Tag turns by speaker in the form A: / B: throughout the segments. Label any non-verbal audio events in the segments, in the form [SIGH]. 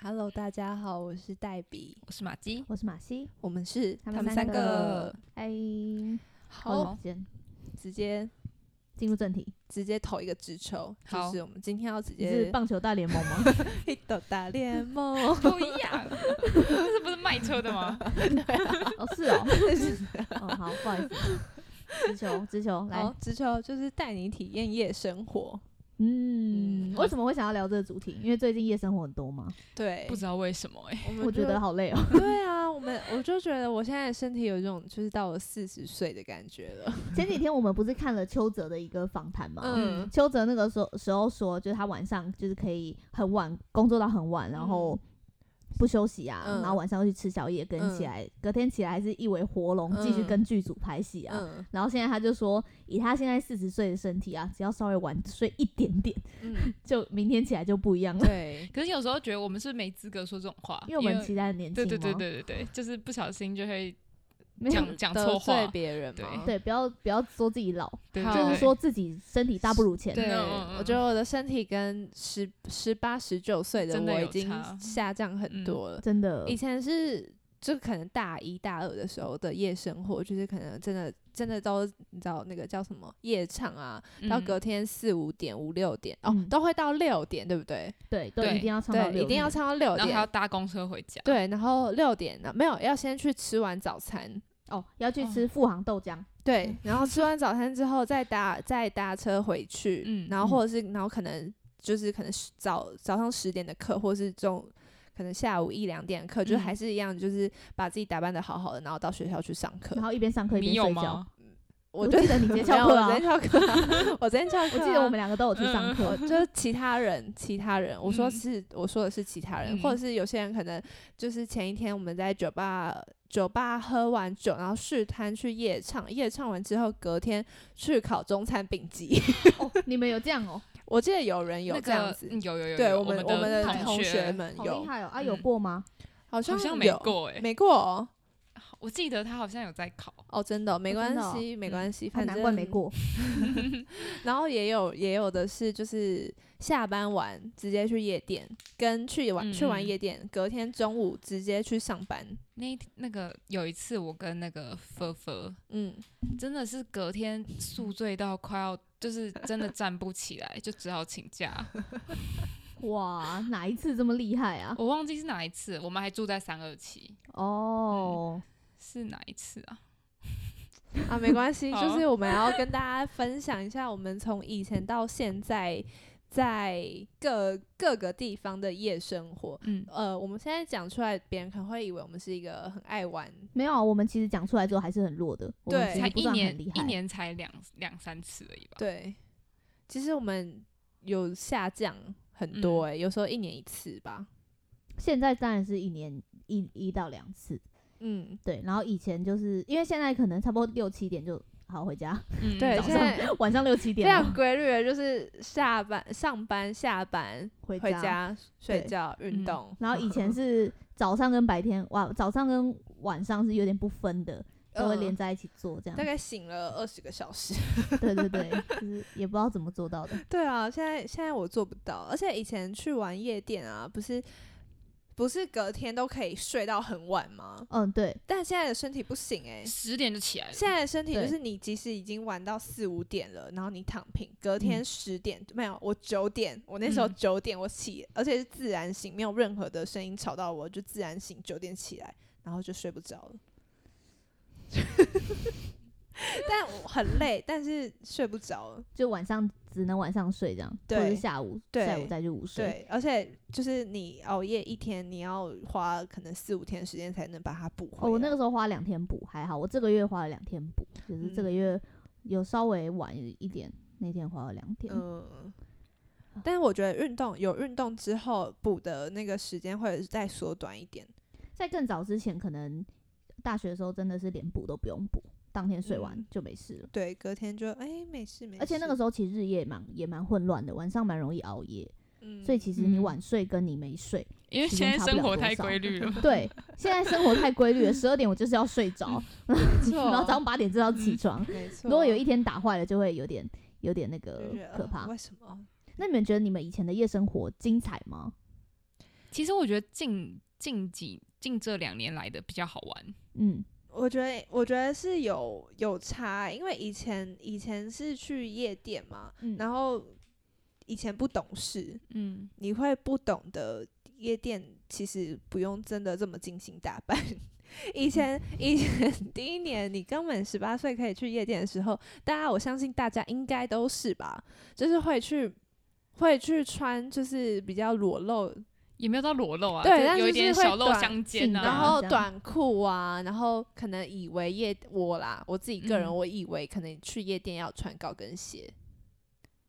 A: Hello，大家好，我是黛比，
B: 我是马姬，
C: 我是马西，
A: 我们是
B: 他
C: 他们
B: 们三
C: 个
B: 个，
C: 哎，好久
A: 好
C: 不见，
A: 直接
C: 进入正题，
A: 直接投一个直球，就
B: 好，
A: 是我们今天要直
C: 你是
A: 接
C: 棒球大联盟
A: [LAUGHS]
C: 吗？
A: 黑豆大联盟
B: 不一样，这是不是卖车的吗？
C: [LAUGHS] 哦，是哦，哦，好，不好意思，直球，直球，来
A: 好，，直球就是带你体验夜生活，
C: 嗯
A: 嗯，
C: 为什么会想要聊这个主题？因为最近夜生活很多嘛，
A: 对，
B: 不知道为什么哎、
A: 我们
C: 我觉
A: 就
C: 得好
A: [LAUGHS]
C: 累哦，
A: 对啊，我们我就觉得我现在的身体有一种就是到了四十岁的感觉了，
C: 前几天我们不是看了邱泽的一个访谈嘛？
A: [LAUGHS]
B: 嗯
A: 嗯，
C: 邱泽那个时候时候说，就是他晚上就是可以很晚工作到很晚，然后不休息啊，
A: 嗯
C: 然后晚上又去吃宵夜，跟起来、隔天起来还是一尾活龙，继续
A: 嗯
C: 跟剧组拍戏啊。
A: 嗯
C: 然后现在他就说，以他现在四十岁的身体啊，只要稍微晚睡一点点， [LAUGHS]
A: 嗯，
C: 就明天起来就不一样
A: [LAUGHS]
C: 了。
A: 对，
B: 可是有时候觉得我们是没资格说这种话，
C: 因为我们其他人年轻
B: 对
C: 嘛，
B: 对对对对对，就是不小心就会
C: 没有
B: 讲讲
A: 得
B: 错
A: 罪
B: 话，
A: 别人
B: 对
A: 嘛，
C: 对，不要不要说自己老，
B: 对对
A: 好
C: 就是
B: 对，
C: 说自己身体大不如前。
A: 对，
B: 嗯嗯嗯
A: 我觉得我的身体跟十十八、十九岁的
B: 真的
A: 我已
B: 有
A: 经
B: 差
A: 下降很多了。
C: 真的
A: 以，前是就可能大一大二的时候的夜生活，就是可能真的真的都你知道那个叫什么夜场啊，到
B: 嗯
A: 隔天四五点、五六点哦，
C: 嗯
A: 都会到六点，对不对？
C: 对，都
B: 对
C: 一定要唱到
A: 对，
C: 六
A: 一定要
C: 点
A: 唱到六
B: 然后还要
A: 点。
B: 搭公车回家，
A: 对，然后六点呢，没有要先去吃完早餐，
C: 哦，要去吃富航豆浆。
A: 对，嗯然后吃完早餐之后再搭再搭车回去，
B: 嗯
A: 然后或者是然后可能就是可能是早早上十点的课，或是中可能下午一两点的课，就是
B: 嗯
A: 还是一样，就是把自己打扮的好好的，然后到学校去上课
C: 然。后一边上课一
B: 你
C: 边
B: 有
C: 睡觉
B: 吗。？
A: 我
C: 我
A: 对
C: 记得
A: [LAUGHS]
C: 你直接
A: 没
C: 翘
A: 有
C: 课
A: 我
C: 啊
A: 直接翘课啊，
C: [LAUGHS]
A: 我直接翘课啊。
C: 我记得我们两个都有去上课，
A: 就是其他人，其他人，我说
B: 嗯
A: 是、我说的是其他人，
B: 嗯
A: 或者是有些人可能就是前一天我们在酒吧酒吧喝完酒，然后试摊去夜唱，夜唱完之后隔天去考中餐丙级。 [LAUGHS]
C: 哦，你们有这样哦，
A: 我记得有人有
B: 那
A: 这样
B: 个
A: 子，
B: 嗯有有有有，
A: 对
B: 我
A: 们
B: 我
A: 我们的
B: 同
A: 同学们
C: 好
A: 有
C: 厉，害哦！啊，
B: 嗯
C: 有过吗？
A: 好
B: 好
A: 像
B: 像没
A: 有
B: 过哎，
A: 没过哦，
B: 我记得他好像有在考，
A: 哦真的没
C: 哦
A: 关
C: 真的哦
A: 系，没
B: 嗯
A: 关系，
C: 啊
A: 反正
C: 难怪没。过。
A: 然后也有也有的是就是下班晚直接去夜店，跟去玩、去
B: 嗯
A: 完
B: 嗯
A: 夜店，隔天中午直接去上班。
B: 那一天那个有一次我跟那个菲菲。
A: 嗯，
B: 真的是隔天宿醉到快要，就是真的站不起来，就只好请假。
C: 哇，哪一次这么厉害啊？
B: 我忘记是哪一次，我们还住在三二七，
C: 哦，
B: 是哪一次啊？
A: 啊，
B: [LAUGHS]
A: 没关系，就
B: 好
A: 是我们要跟大家分享一下我们从以前到现在在各各个地方的夜生活。
B: 嗯，
C: 哦
A: 呃，我们现在讲出来，别人可能会以为我们是一个很爱玩，
C: 没有啊，我们其实讲出来之后还是很弱的，我们
A: 对
C: 其
B: 才
C: 实不
B: 一
C: 算
B: 年
C: 很厉害。
B: 一年才两两三次而已吧。
A: 对，其实我们有下降很多、
B: 嗯
A: 欸，有时候一年一次吧。
C: 现在当然是一年一一到两次，
A: 嗯，
C: 对。然后以前就是因为现在可能差不多六七点就好回家， [LAUGHS]
B: 嗯，
A: 对，
C: 早
A: 现
C: 上
A: 在
C: 晚上六七
A: 非
C: 点
A: 常
C: 了
A: 规律的就是下班、上班、下班、
C: 回
A: 回
C: 家。
A: 家睡
C: 对
A: 觉、运
B: 嗯
A: 动。
C: 然后以
A: [LAUGHS]
C: 前是早上跟白天，哇，早上跟晚上是有点不分的，都会
A: 嗯
C: 连在一起做这样
A: 大。概醒了二十个小时。
C: 对对对，就是也不知道怎么做到的。
A: [LAUGHS] 对啊，现在现在我做不到，而且以前去玩夜店啊，不是不是隔天都可以睡到很晚吗？
C: 嗯，对，
A: 但现在的身体不行哎、
B: 十点就起来了。
A: 现在的身体就
C: 对
A: 是你即使已经玩到四五点了，然后你躺平，隔天
C: 嗯
A: 十点、没有，我九点，我那时候
B: 嗯
A: 九点我起，而且是自然醒，没有任何的声音吵到我，就自然醒，九点起来，然后就睡不着了。 [LAUGHS] 但我很累，但是睡不着了。
C: 就晚上只能晚上睡这样，或
A: 对
C: 者是下午
A: 对
C: 下午再去午睡。
A: 对，而且就是你熬夜一天，你要花可能四五天的时间才能把它补回来。
C: 哦，我那个时候花两天补还好，我这个月花了两天补，就是这个
A: 嗯
C: 月有稍微晚一点，那天花了两天。啊
A: 嗯，但是我觉得运动有运动之后补的那个时间会再缩短一点。
C: 在更早之前，可能大学的时候真的是连补都不用补，当天睡完
A: 嗯
C: 就没事了。
A: 对，隔天就哎、没事没事。
C: 而且那个时候其实日夜蛮也蛮混乱的，晚上蛮容易熬夜，
A: 嗯
C: 所以其实你
B: 嗯
C: 晚睡跟你没
A: [LAUGHS]
C: 睡，
B: 因为
C: 时
B: 现
C: 间
B: 在
C: 差不
B: 生
C: 了
B: 活
C: 多
B: 太
C: 少
B: 规律
C: [LAUGHS]
B: 了。
C: 对，现在生活太规律了，十二点我就是要睡着，
A: 没嗯错，
C: [LAUGHS] 然后早上八点就要起床。
A: 没错。
C: [LAUGHS] 如果有一天打坏了，就会有点有点那个
A: 就觉得
C: 可
A: 呃
C: 怕。
A: 为什么？
C: 那你们觉得你们以前的夜生活精彩吗？
B: 其实我觉得近近几近这两年来的比较好玩，
C: 嗯，
A: 我觉得，我觉得是有有差，因为以前以前是去夜店嘛，
C: 嗯
A: 然后以前不懂事，
B: 嗯，
A: 你会不懂得夜店其实不用真的这么精心打扮。以前以前第一年你根本十八岁可以去夜店的时候，大家我相信大家应该都是吧，就是会去会去穿就是比较裸露
B: 也没有到裸露啊，
A: 对
B: 就
A: 但是
B: 有一点
A: 就是会
B: 小露
A: 短
B: 相间
C: 性
B: 啊，
C: 感
A: 然后
C: 这样
A: 短裤啊，然后可能以为夜我啦，我自己个人、
B: 嗯
A: 我以为可能去夜店要穿高跟鞋，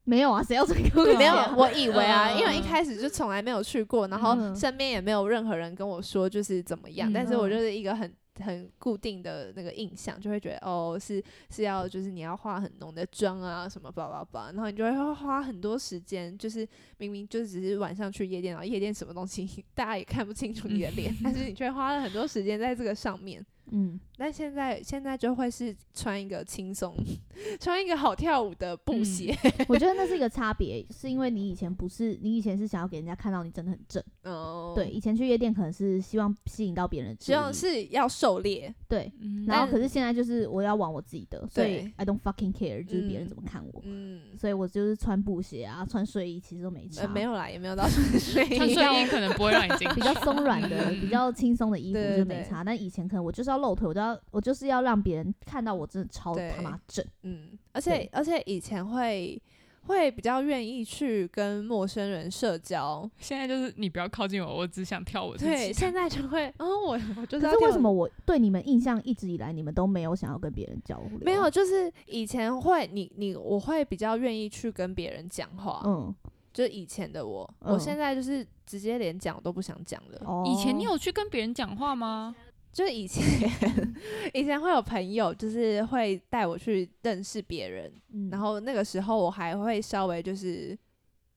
C: 没有啊，谁要穿高跟
A: [LAUGHS] 没
C: 鞋
A: 有
C: 啊？，
A: 我以为啊，
B: 嗯
A: 因为一开始就从来没有去过，然后
C: 嗯
A: 身边也没有任何人跟我说就是怎么样，
B: 嗯
A: 但是我就是一个很。很固定的那个印象，就会觉得哦，是是要就是你要化很浓的妆啊，什么吧吧吧，然后你就会花很多时间，就是明明就只是晚上去夜店，然后夜店什么东西大家也看不清楚你的
B: [LAUGHS]
A: 脸，但是你却花了很多时间在这个上面。 [LAUGHS]
C: 嗯，
A: 但现在现在就会是穿一个轻松， [LAUGHS] 穿一个好跳舞的布
B: 嗯
A: 鞋，
C: 我觉得那是一个差别，是因为你以前不是，你以前是想要给人家看到你真的很正，
B: 嗯
A: 哦，
C: 对，，以前去夜店可能是希望吸引到别人的注意，
A: 希望是要狩猎，
C: 对，
B: 嗯，
C: 然后
A: 但
C: 可是现在就是我要玩我自己的，所以
A: 对
C: I don't fucking care，就是别
A: 嗯
C: 人怎么看我，
A: 嗯，
C: 所以我就是穿布鞋啊，穿睡衣其实都没差，
A: 呃，没有啦，也没有到 [LAUGHS] 睡
B: 穿
A: 衣，
B: 睡衣可能不会让你进去，
C: [LAUGHS] 比较松软
A: [LAUGHS]
C: 的、
B: 嗯
C: 比较轻松的衣服
A: 对对
C: 就没
A: 对
C: 差。但以前可能我就是要露腿，我都要我就是要让别人看到我真的超
A: 对
C: 他妈正。
A: 嗯，而且而且以前会会比较愿意去跟陌生人社交，
B: 现在就是你不要靠近我，我只想跳我自
A: 对，
B: 己。
A: 现在就会，嗯，我我就是
C: 可
A: 要
C: 是为
A: 跳
C: 什么我对你们印象一直以来你们都没有想要跟别人交流？
A: 没有，，就是以前会你你我会比较愿意去跟别人讲话，
C: 嗯，
A: 就以前的我，
C: 嗯
A: 我现在就是直接连讲我都不想讲了。
C: 哦，
B: 以前你有去跟别人讲话吗？
A: 就是以前 [LAUGHS] 以前会有朋友，就是会带我去认识别人，
C: 嗯，
A: 然后那个时候我还会稍微就是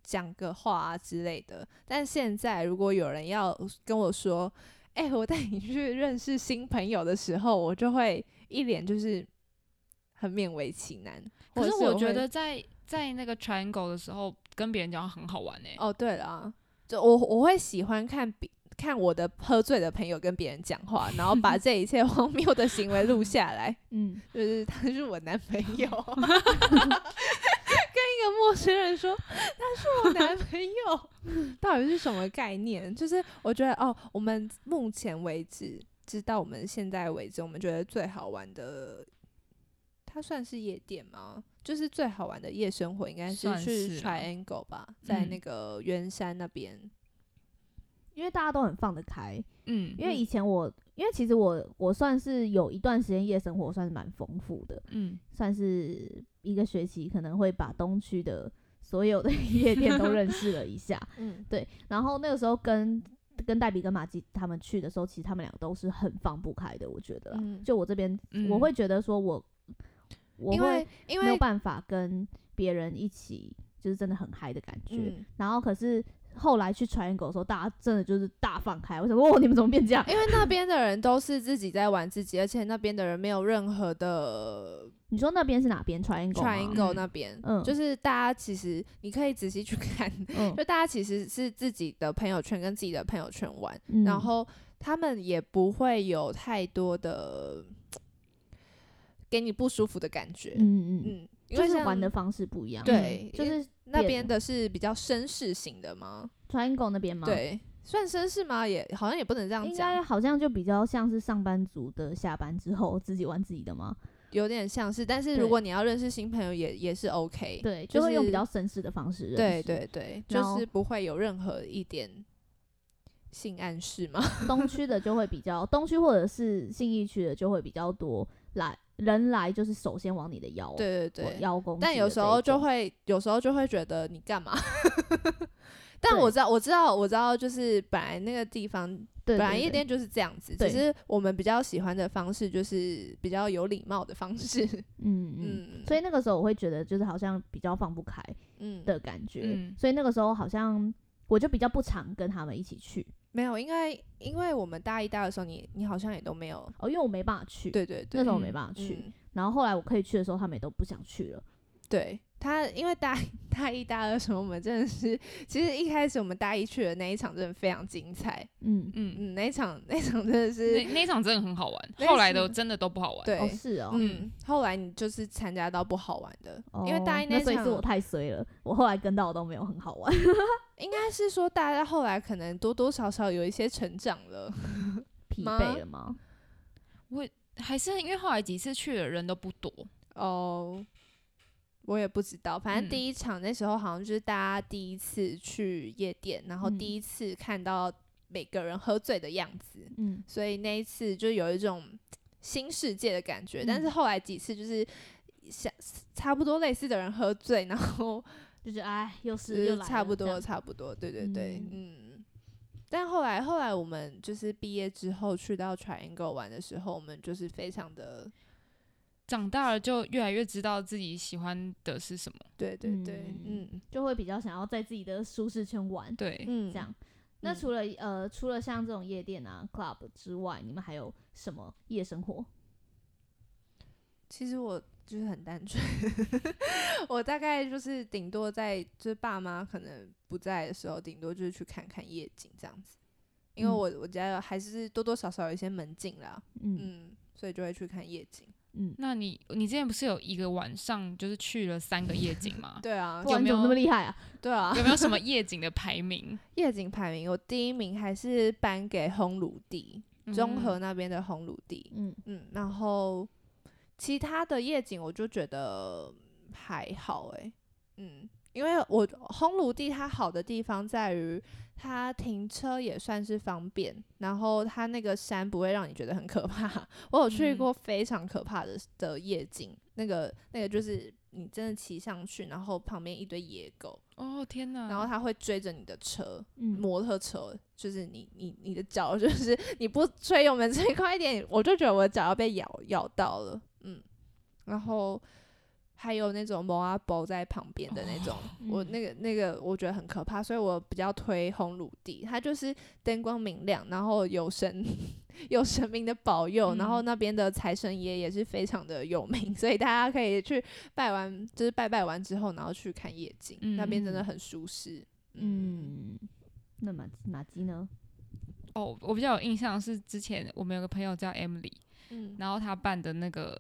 A: 讲个话啊之类的。但现在如果有人要跟我说：“哎、我带你去认识新朋友”的时候，我就会一脸就是很勉为其难。
B: 可
A: 或
B: 是
A: 者
B: 我
A: 会
B: 觉得在在那个 triangle 的时候跟别人讲话很好玩呢、欸
A: 哦，对了，就我我会喜欢看比看我的喝醉的朋友跟别人讲话，然后把这一切荒谬的行为录下来，
C: 嗯，
A: 就是他是我男
B: [LAUGHS]
A: 朋友，跟一个陌生人说他是我男朋友， [LAUGHS] 到底是什么概念？就是我觉得哦，我们目前为止，直到我们现在为止，我们觉得最好玩的，它算是夜店吗？就是最好玩的夜生活应该是
B: 算
A: 去
B: 是啦
A: Triangle 吧，在
B: 嗯
A: 那个圆山那边。
C: 因为大家都很放得开，
B: 嗯
C: 因为以前我。因为其实我我算是有一段时间夜生活算是蛮丰富的，
B: 嗯，
C: 算是一个学期可能会把东区的所有的 [LAUGHS] 夜店都认识了一下，
A: 嗯，
C: 对，然后那个时候跟跟黛比跟马吉他们去的时候，其实他们两个都是很放不开的，我觉得啦。啊
A: 嗯
C: 就我这边，
B: 嗯
C: 我会觉得说我我
A: 因
C: 会
A: 为因
C: 没有
A: 为
C: 办法跟别人一起，就是真的很嗨的感觉。
A: 嗯，
C: 然后可是后来去传狗的时候，大家真的就是大放开，我想说，哇，你们怎么变这样？
A: 因为那边的人都是自己在玩自己，而且那边的人没有任何的
C: 你说那边是哪边传狗
A: Triangle
B: 嗯
A: 那边，
C: 嗯
A: 就是大家其实你可以仔细去 [LAUGHS] 看，
C: 嗯
A: 就大家其实是自己的朋友圈跟自己的朋友圈玩，
C: 嗯
A: 然后他们也不会有太多的给你不舒服的感觉，嗯，
C: 嗯嗯嗯，
A: 因
C: 就
A: 为
C: 是
A: 像
C: 玩的方式不一样。
A: 对
C: 嗯就是
A: 那
C: 变
A: 边的是比较绅士型的吗？
C: 传狗那边嘛，，
A: 对，算绅士吗？也好像也不能这样
C: 应该
A: 讲，
C: 好像就比较像是上班族的下班之后自己玩自己的嘛，
A: 有点像是，但是
C: 对
A: 如果你要认识新朋友也，也是 OK，
C: 对，
A: 就
C: 就会用
A: 是
C: 比较绅士的方式认
A: 对
C: 识。
A: 对对，就
C: 然后
A: 是不会有任何一点性暗示嘛。
C: 东区的就会比较，东区或者是信义区的就会比较多来人来，就是首先往你的腰，
A: [LAUGHS] 对对
C: 哦我
A: 对，
C: 腰攻击的这
A: 但
C: 一种，
A: 有时候就会，有时候就会觉得你干
C: [LAUGHS]
A: 嘛？但
C: 对
A: 我知道，我知道，我知道，就是本来那个地方，本
C: 对
A: 来
C: 对
A: 夜
C: 对
A: 店就是这样子。
C: 对
A: 只是我们比较喜欢的方式，就是比较有礼貌的方式。
C: 嗯 [LAUGHS] 嗯。
A: 嗯，
C: 所
A: 以
C: 以那个时候我会觉得就是好像比较放不开
A: 嗯，
C: 的感觉，
B: 嗯
C: 所以那个时候好像我就比较不常跟他们一起去
A: 没有，应该因为我们大一、大二的时候，你你好像也都没有。
C: 哦，因为我没办法去，
A: 对对
C: 那
A: 对
C: 时，候我
B: 嗯
C: 没办法去，
A: 嗯，
C: 然后后来我可以去的时候，他们也都不想去了。
A: 对，他因为大大一、大二什么，我们真的是，其实一开始我们大一去的那一场真的非常精彩，
C: 嗯，
B: 嗯，
A: 嗯，那一场那一场真的是
C: [LAUGHS]
B: 那那一场真的很好玩，
A: 那一
B: 后来的
A: 场
B: 真的都不好玩。
A: 对，
C: 哦是哦，
A: 嗯，后来你就是参加到不好玩的，嗯因为
C: 哦
A: 大一
C: 那所以
A: 场
C: 是我太衰了，我后来跟到的都没有很好玩。 [LAUGHS]
A: 应该是说大家后来可能多多少少有一些成长了，
C: 疲
A: 吗
C: 惫了吗？
B: 还是因为后来几次去的人都不多，
A: 哦， [LAUGHS] 我也不知道，反正
B: 嗯
A: 第一场那时候好像就是大家第一次去夜店，然后
C: 嗯
A: 第一次看到每个人喝醉的样子，
C: 嗯，
A: 所以那一次就有一种新世界的感觉。但是
C: 嗯
A: 后来几次就是像差不多类似的人喝醉，然
C: [LAUGHS]
A: 后
C: 就是哎，又
A: 就是
C: 又
A: 是
C: 来
A: 差
C: 了
A: 不
C: 这
A: 多，
C: 样
A: 差不多，对对对，嗯。
C: 嗯
A: 但后来后来我们就是毕业之后去到 Triangle 玩的时候，我们就是非常的
B: 长大了就越来越知道自己喜欢的是什么。
A: 对对对，
C: 嗯
A: 嗯
C: 就会比较想要在自己的舒适圈玩
B: 对，
A: 嗯，
C: 这样。那
A: 嗯
C: 除了呃，除了像这种夜店啊、club 之外，你们还有什么夜生活？
A: 其实我就是很单纯， [LAUGHS] 我大概就是顶多在就是爸妈可能不在的时候，顶多就是去看看夜景这样子，因为
C: 嗯
A: 我、我家有还是多多少少有一些门禁啦，
C: 嗯
A: 嗯，所以就会去看夜景。？
C: 嗯，
B: 那你你之前不是有一个晚上就是去了三个夜景吗
A: [LAUGHS] 对啊，
C: 哇，
B: 有
C: 你
B: 没
C: 怎么那
B: 有
C: 么厉害啊？
A: 对啊， [LAUGHS]
B: 有没有什么夜景的排名？
A: 夜景排名我第一名还是颁给烘炉地， [LAUGHS] 中和
B: 嗯
A: 那边的烘炉地，
C: 嗯
A: 嗯，然后其他的夜景我就觉得还好诶、嗯，因为我烘炉地它好的地方在于它停车也算是方便，然后它那个山不会让你觉得很可怕。 [LAUGHS] 我有去
B: 嗯
A: 过非常可怕的的夜景，那个那个就是你真的骑上去，然后旁边一堆野狗，
B: 哦天哪！
A: 然后它会追着你的车，
C: 嗯，
A: 摩托车，就是你你你的脚，就是你不吹油门吹快一点，我就觉得我的脚要被咬咬到了，嗯，然后还有那种摩阿包在旁边的那种，我
C: 嗯
A: 那个那个我觉得很可怕，所以我比较推红鲁地，它就是灯光明亮，然后有神 [LAUGHS] 有神明的保佑，然后
B: 嗯
A: 那边的财神爷也是非常的有名，所以大家可以去拜完，就是拜拜完之后，然后去看夜景，那边真的
C: 嗯
A: 很舒适，嗯
C: 嗯，那马马基呢？
B: 哦，我比较有印象是之前我们有个朋友叫 Emily，
A: 嗯
B: 然后她办的那个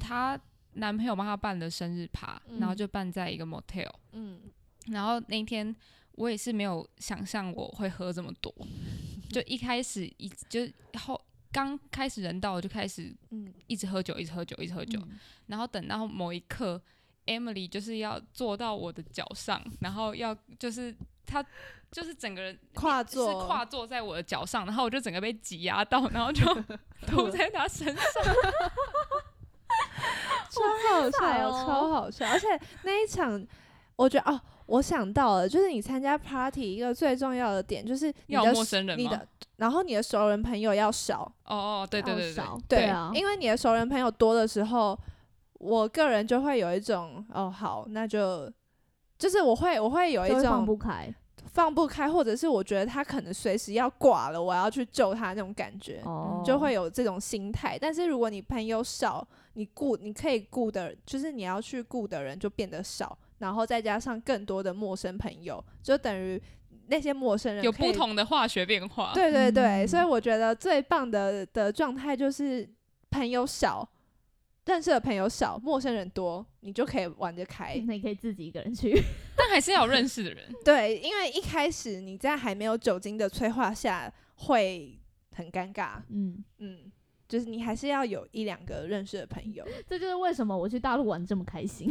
B: 她男朋友帮她办的生日趴，然后
A: 嗯
B: 就办在一个 motel，
A: 嗯。
B: 然后那一天我也是没有想象我会喝这么
A: [LAUGHS]
B: 多，就一开始一就后刚开始人到我就开始
A: 嗯
B: 一直喝酒，一直喝酒，一直喝酒，
C: 嗯
B: 然后等到某一刻，Emily 就是要坐到我的脚上，然后要就是她就是整个人
A: 跨
B: 是
A: 坐，
B: 跨坐在我的脚上，然后我就整个被挤压到，然
A: [LAUGHS]
B: 后就吐在她身上。
A: 超好
C: 彩
A: 笑，
C: 哦
A: 超好笑！而且那一场，我觉得哦，我想到了，就是你参加 party 一个最重要的点就是你
B: 要
A: 的
B: 陌生人
A: 你
B: 吗
A: 的，然后你的熟人朋友要少，
B: 哦哦，对对
C: 要
B: 对对
C: 少
B: 对
C: 对啊
A: 因为你的熟人朋友多的时候，我个人就会有一种哦，好，那就就是我会我会有
C: 就
A: 一
C: 会放
A: 种
C: 不开
A: 放不开，或者是我觉得他可能随时要挂了，我要去救他那种感觉。
C: 哦，
A: 就会有这种心态。但是如果你朋友少，你顾你可以顾的，就是你要去顾的人就变得少，然后再加上更多的陌生朋友，就等于那些陌生人
B: 有
A: 可
B: 不
A: 以。
B: 同的化学变化。
A: 对对对，
C: 嗯
A: 所以我觉得最棒的的状态就是朋友少，认识的朋友少，陌生人多，你就可以玩得开。
C: 那你可以自己一个人去，
B: 但还是要有认识的
C: [LAUGHS]
B: 人。
A: 对，因为一开始你在还没有酒精的催化下会很尴尬，
C: 嗯，
A: 嗯，就是你还是要有一两个认识的朋 [LAUGHS] 友。
C: 这就是为什么我去大陆玩这么开心，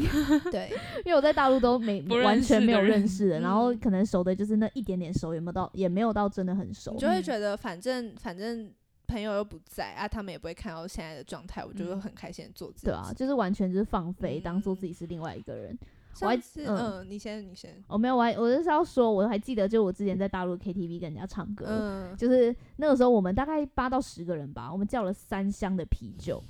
A: 对，
C: 因为我在大陆都没
B: 不认识的嗯
C: 完全没有认识的，
A: 人
C: 然后可能熟的就是那一点点熟，也没有到也没有到真的很熟
A: 你。就会
B: 嗯
A: 觉得反正反正朋友又不在啊，他们也不会看到现在的状态，我就会
B: 嗯
A: 很开心的做自己。
C: 对啊，，就是完全就是放飞，
A: 嗯
C: 当做自己是另外一个人。我还
A: 上次
C: 嗯
A: 嗯，你先你先，
C: 哦，没有，我还我就是要说，我还记得，就我之前在大陆 KTV 跟人家唱歌，
A: 嗯，
C: 就是那个时候我们大概八到十个人吧，我们叫了三箱的啤酒，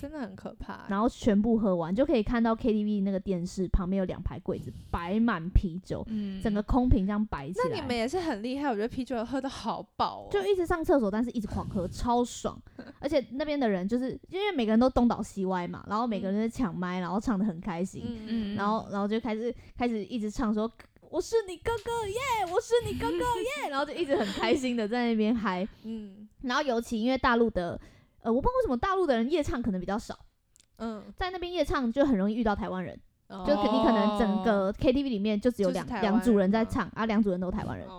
A: 真的很可怕欸。
C: 然后全部喝完，就可以看到 KTV 那个电视旁边有两排柜子摆满啤酒，
B: 嗯
C: 整个空瓶这样摆起
A: 那
C: 来。
A: 你们也是很厉害，我觉得啤酒喝的好饱哦。
C: 就一直上厕所，但是一直狂喝，超爽。而且那边的人就是因为每个人都东倒西歪嘛，然后每个人都在抢麦，然后唱的很开心，
A: 嗯
B: 嗯
C: 然后然后就开始开始一直唱说我是你哥哥耶，我是你哥哥耶，然后就一直很开心的在那边嗨。
A: 嗯
C: 然后尤其因为大陆的，呃，我不知道为什么大陆的人夜唱可能比较少，
A: 嗯，
C: 在那边夜唱就很容易遇到台湾人，
A: 就
C: 就可你可能整个 KTV 里面就只有
A: 哦就是
C: 两
A: 台湾
C: 两组人在
A: 人嘛
C: 唱啊，两组人都台湾人，
B: 嗯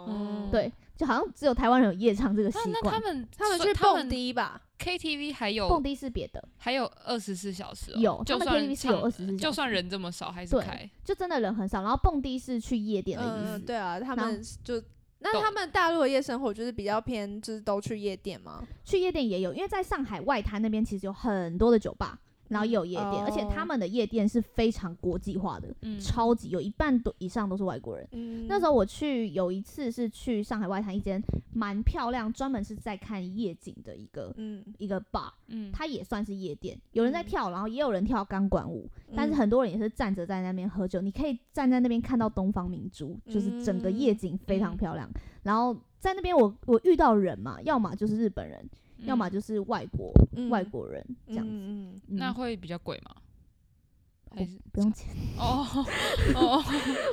A: 哦，
C: 对，就好像只有台湾人有夜唱这个习
B: 那那他
C: 惯。
B: 们
A: 他们
B: 所以
A: 去蹦迪吧，
B: KTV 还
C: 蹦
B: 有
C: 迪是别的，
B: 还有二十四小时、哦，
C: 有
B: 就
C: 他们
B: 算
C: KTV 是有
B: 唱
C: 二十四小
B: 就算
C: 时
B: 人这么少还是
C: 对
B: 开，
C: 就真的人很少，然后蹦迪是去夜店的意思。
B: 呃
A: 嗯，对啊，他
C: 然后
A: 们就那他们大陆的夜生活就是比较偏，就是都去夜店吗？
C: 去夜店也有，因为在上海外滩那边其实有很多的酒吧，然后也有夜店，
A: 哦
C: 而且他们的夜店是非常国际化的，
B: 嗯，
C: 超级有一半多以上都是外国人。
A: 嗯
C: 那时候我去有一次是去上海外滩一间蛮漂亮，专门是在看夜景的一个
A: 嗯，
C: 一个 bar，
B: 嗯，
C: 它也算是夜店，有人在
A: 嗯
C: 跳，然后也有人跳钢管舞，但是
A: 嗯
C: 很多人也是站着在那边喝酒，你可以站在那边看到东方明珠，就是整个夜景非常
B: 嗯
C: 漂亮。然后在那边我我遇到人嘛，要么就是日本人，要么
B: 嗯
C: 就是外国、
A: 嗯
C: 外国人这样子。
A: 嗯嗯
C: 嗯
B: 那会比较贵吗？还是
C: 不用钱。
B: 哦 [LAUGHS] 哦，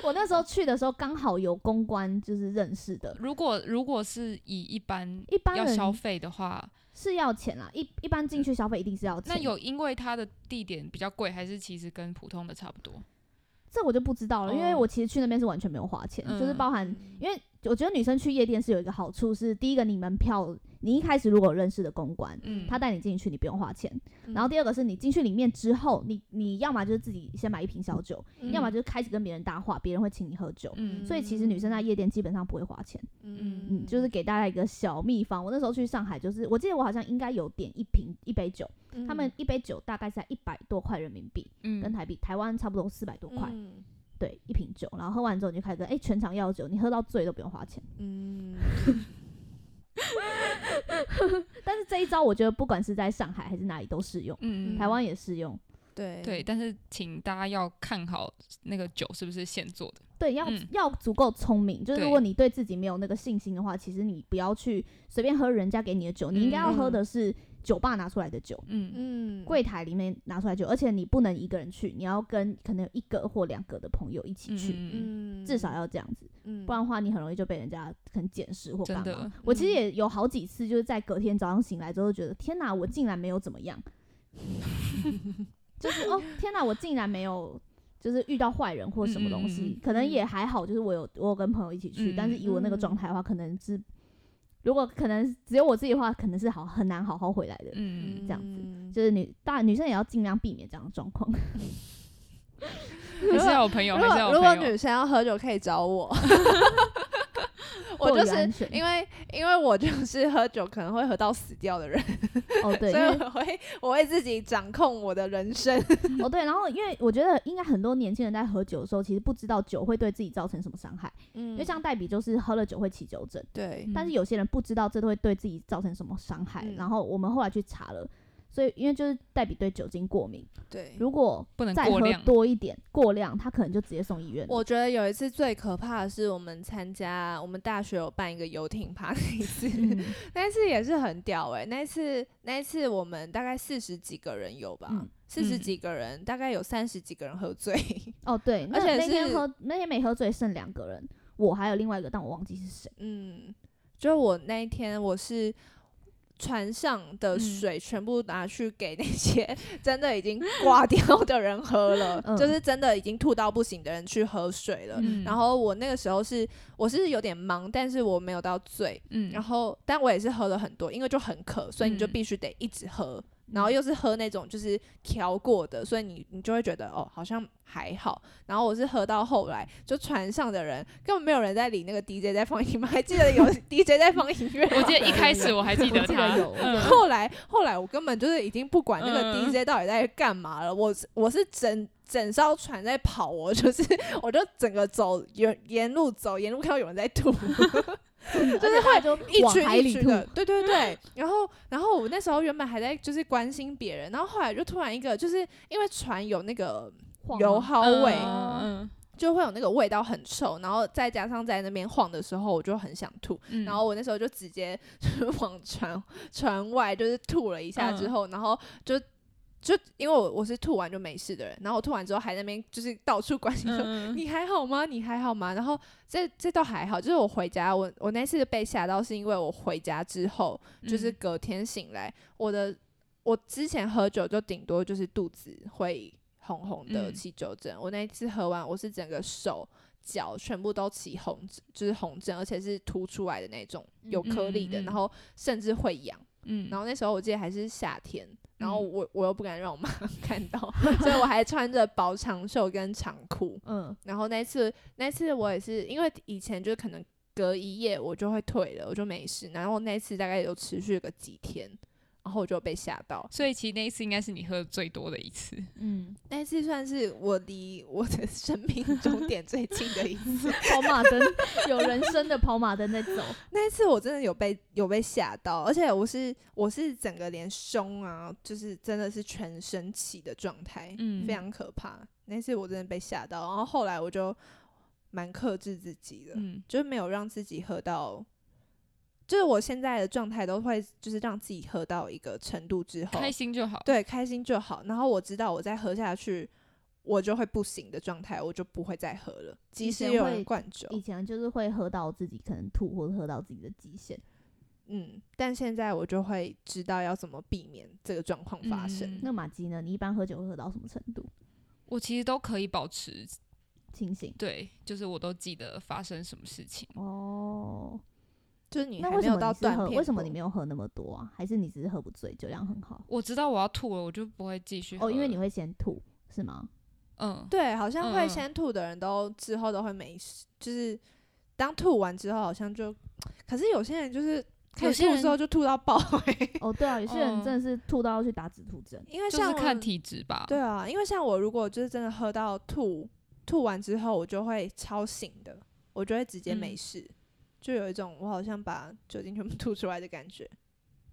C: 我那时候去的时候刚好有公关就是认识的，
B: 如果如果是以一般
C: 一般
B: 要消
C: 人
B: 费的话，
C: 是要钱啦，一一般进去消费一定是要钱。
B: 那有因为它的地点比较贵，还是其实跟普通的差不多？
C: 这我就不知道了，因为
B: 哦
C: 我其实去那边是完全没有花钱，就是
B: 嗯
C: 包含因为我觉得女生去夜店是有一个好处是，第一个你门票你一开始如果有认识的公关，
B: 嗯，
C: 他带你进去，你不用花钱。
A: 嗯
C: 然后第二个是你进去里面之后，你你要么就是自己先买一瓶小酒，
A: 嗯
C: 要么就是开始跟别人搭话，别人会请你喝酒。
B: 嗯
C: 所以其实女生在夜店基本上不会花钱，嗯，就是给大家一个小秘方。我那时候去上海，就是我记得我好像应该有点一瓶一杯酒，
A: 嗯
C: 他们一杯酒大概在一百多块人民币，
B: 嗯
C: 跟台币台湾差不多四百多块，
A: 嗯
C: 对，一瓶酒，然后喝完之后你就开始跟，哎、全场要酒，你喝到醉都不用花钱。 [LAUGHS]
A: 嗯，
C: 但是这一招我觉得不管是在上海还是哪里都适用，
B: 嗯
C: 台湾也适用，
A: 对
B: 对，，但是请大家要看好那个酒是不是现做的。
C: 对，要、
B: 嗯
C: 要足够聪明。就是如
B: 对
C: 果你对自己没有那个信心的话，其实你不要去随便喝人家给你的酒，你应该要喝的是酒吧拿出来的酒，
B: 嗯
A: 嗯，
C: 柜台里面拿出来的酒，而且你不能一个人去，你要跟可能有一个或两个的朋友一起
B: 嗯
C: 去。
B: 嗯
A: 嗯，
C: 至少要这样子，
A: 嗯，
C: 不然的话你很容易就被人家很捡拾或干
B: 真的
C: 嘛。我其实
A: 嗯
C: 也有好几次，就是在隔天早上醒来之后，觉得天哪，我竟然没有怎么样， [LAUGHS] 就是哦天哪，我竟然没有就是遇到坏人或什么东西，
B: 嗯嗯嗯
C: 可能也还好，就是我有我有跟朋友一起去，
B: 嗯
C: 但是以我那个状态的话，可能是如果可能只有我自己的话，可能是好很难好好回来的。
B: 嗯
C: 这样子
A: 子
C: [LAUGHS] 就是女大女生也要尽量避免这样的状况。
B: [LAUGHS] 嗯，还是要有朋友，
A: 如
B: 还是要
A: 果
B: 有
A: 如果
B: 朋友。
A: 女生要喝酒，可以找
C: [LAUGHS]
A: 我。我
C: 过于
A: 就是
C: 安全
A: 因为因为我就是喝酒可能会喝到死掉的人，
C: 哦对，
A: 所以
C: 因为
A: 我会我会自己掌控我的人
C: [LAUGHS]
A: 生。
C: 哦对，然后因为我觉得应该很多年轻人在喝酒的时候，其实不知道酒会对自己造成什么伤害，
A: 嗯
C: 因为像黛比就是喝了酒会起酒疹，
A: 对，
C: 但是有些人不知道这会对自己造成什么伤害，
A: 嗯
C: 然后我们后来去查了，所以因为就是黛比对酒精过敏，
A: 对，
C: 如果
B: 不能
C: 再
B: 过
C: 喝
B: 量
C: 多一点，过量他可能就直接送医院了。
A: 我觉得有一次最可怕的是，我们参加我们大学有办一个游艇趴那一次，
C: 嗯
A: [LAUGHS] 那一次也是很屌哎、那一次那一次我们大概四十几个人有吧
C: 嗯，
A: 四十、
B: 嗯
A: 几个人，大概有三十几个人喝醉，
C: [LAUGHS] 哦，对，那
A: 而且
C: 那天
A: 是
C: 喝那天没喝醉，剩两个人，我还有另外一个，但我忘记是谁。
A: 嗯，就我那一天我是。船上的
B: 嗯
A: 水全部拿去给那些 [LAUGHS] 真的已经挂掉的人喝了，
C: 嗯
A: 就是真的已经吐到不行的人去喝水了。
B: 嗯
A: 然后我那个时候是我是有点忙，但是我没有到醉，
B: 嗯，
A: 然后，但我也是喝了很多，因为就很渴，所以你就
B: 嗯
A: 必须得一直喝。然后又是喝那种就是调过的，所以你你就会觉得哦，好像还好。然后我是喝到后来，就船上的人根本没有人在理那个 DJ 在放音乐，还记得
B: [LAUGHS]
A: 有 DJ 在放音乐吗。
B: 我记得一开始我还记
C: 我
B: 得
C: 记得
B: 他，
C: 有
B: 嗯
A: 后来后来我根本就是已经不管那个
B: 嗯
A: DJ 到底在干嘛了，我是我是整整艘船在跑，我就是 [LAUGHS] 我就整个走沿沿路走，沿路看到有人在吐。
C: 就是会就
A: 一
C: 往
A: 群
C: 海
A: 一
C: 里
A: 群
C: 吐，
A: 的，对对
C: [LAUGHS]
A: 对。然后，然后我那时候原本还在就是关心别人，然后后来就突然一个，就是因为船有那个
C: 晃
A: 油
C: 吗
A: 耗味，哦
B: 嗯嗯嗯
A: 就会有那个味道很臭，然后再加上在那边晃的时候，我就很想吐。
B: 嗯
A: 然后我那时候就直接就是 [LAUGHS] 往船船外就是吐了一下之
B: 嗯
A: 后，然后就就因为我我是吐完就没事的人，然后我吐完之后还在那边就是到处关心说、 [LAUGHS]
B: 嗯
A: 你还好吗？你还好吗？然后这这倒还好，就是我回家，我我那次被吓到是因为我回家之后， [LAUGHS] 就是
B: 嗯
A: 隔天醒来，我的我之前喝酒就顶多就是肚子会红红的
B: 嗯
A: 起酒疹，我那一次喝完，我是整个手。脚全部都起红疹，就是红疹，而且是凸出来的那种，有颗粒的，
B: 嗯嗯嗯
A: 然后甚至会痒。
B: 嗯
A: 然后那时候我记得还是夏天，然后
B: 嗯
A: 我我又不敢让我妈 [LAUGHS] 看到，所以我还穿着薄长袖跟长裤。
C: 嗯，
A: 然后那次那次我也是因为以前就可能隔一夜我就会退了，我就没事。然后那次大概有持续个几天，然后我就被吓到。
B: 所以其实那一次应该是你喝的最多的一次，
C: 嗯，
A: 那次算是我离 [LAUGHS] 我的生命终点最近的一次。
C: 跑马灯 [LAUGHS] 有人生的跑马灯在走，
A: 那一次我真的有被有被吓到，而且我是我是整个连胸啊，就是真的是全身起的状态，
B: 嗯
A: 非常可怕。那次我真的被吓到，然后后来我就蛮克制自己的，
B: 嗯
A: 就是没有让自己喝到，就是我现在的状态都会就是让自己喝到一个程度之后，
B: 开心就好。
A: 对开心就好。然后我知道我再喝下去，我就会不行的状态，我就不会再喝了。即
C: 以
A: 使
C: 前
A: 有
C: 会
A: 人灌酒，
C: 以前就是会喝到自己可能吐或者喝到自己的极限，
A: 嗯，但现在我就会知道要怎么避免这个状况发生。
B: 嗯
C: 那马吉呢？你一般喝酒会喝到什么程度？
B: 我其实都可以保持，
C: 清醒
B: 对，就是我都记得发生什么事情。
C: 哦。
A: 就是你
C: 那
A: 还
C: 为
A: 没有
C: 什么
A: 到
C: 你是
A: 断
C: 喝？
A: 片，
C: 为什么你没？有喝那么多啊？还是你只是喝不醉，酒量很好？
B: 我知道我要吐了，我就不会继续喝
C: 哦，因为你
B: 了
C: 会先吐是吗？
B: 嗯，
A: 对，好像会
B: 嗯嗯
A: 先吐的人都之后都会没事，就是当吐完之后好像就，可是有些人就是开
B: 有
A: 始
B: 些
A: 吐
B: 人
A: 之后就吐到爆、 [LAUGHS] 欸，
C: 哦，对啊，有些人
B: 嗯
C: 真的是吐到要去打止吐针。。
A: 因为
B: 就
A: 像
B: 是
A: 我
B: 看体质吧。
A: 对啊，因为像我如果就是真的喝到吐，吐完之后我就会超醒的，我就会直接没
B: 嗯
A: 事，就有一种我好像把酒精全部 [LAUGHS] 吐出来的感觉，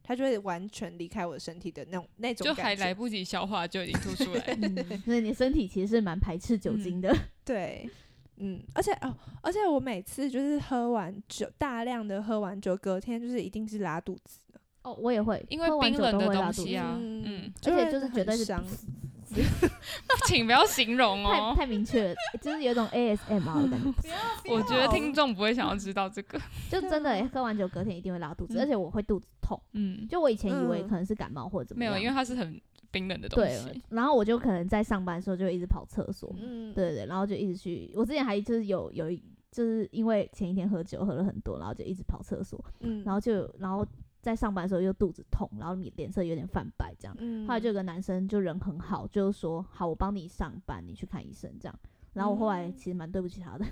A: 它就会完全离开我的身体的那种那种
B: 就
A: 感
B: 还
A: 觉
B: 来不及消化就已经吐出来了
C: [LAUGHS] 嗯，所以你身体其实是蛮排斥酒精的。 [LAUGHS]
B: [LAUGHS]
A: 对，嗯，而且哦，而且我每次就是喝完酒，大量的喝完酒，隔天就是一定是拉肚子的，
C: 哦，我也会，
B: 因为
C: 喝完
B: 冰
C: 酒
B: 冷
C: 都
B: 的
C: 会拉
B: 东
C: 肚
B: 西
C: 子
B: 啊，
A: 嗯
B: 嗯，
A: 就
C: 而且
A: 会
C: 就是绝
A: 很
C: 对是
A: 伤。
B: 请不要形容
C: [LAUGHS] 太
B: 哦，
C: 太明确了，就是有一种 ASMR 的感觉。
B: 我觉
A: 哦
B: 得听众不会想要知道这
C: [LAUGHS]
B: 个。
C: 就真的、欸、喝完酒隔天一定会拉肚子，
B: 嗯
C: 而且我会肚子痛。
B: 嗯，
C: 就我以前以为
A: 嗯
C: 可能是感冒或者怎么
B: 没
C: 样，
B: 有，因为它是很冰冷的东
C: 对
B: 西。，
C: 然后我就可能在上班的时候就一直跑厕所，
A: 嗯，
C: 对对对，然后就一直去。我之前还就是有有一就是因为前一天喝酒喝了很多，然后就一直跑厕所，
A: 嗯，
C: 然后就然后在上班的时候又肚子痛，然后你脸色有点泛白这样。
A: 嗯，
C: 后来就有个男生就人很好，就是说好我帮你上班，你去看医生这样。然后我后来
A: 嗯
C: 其实蛮对不起他的，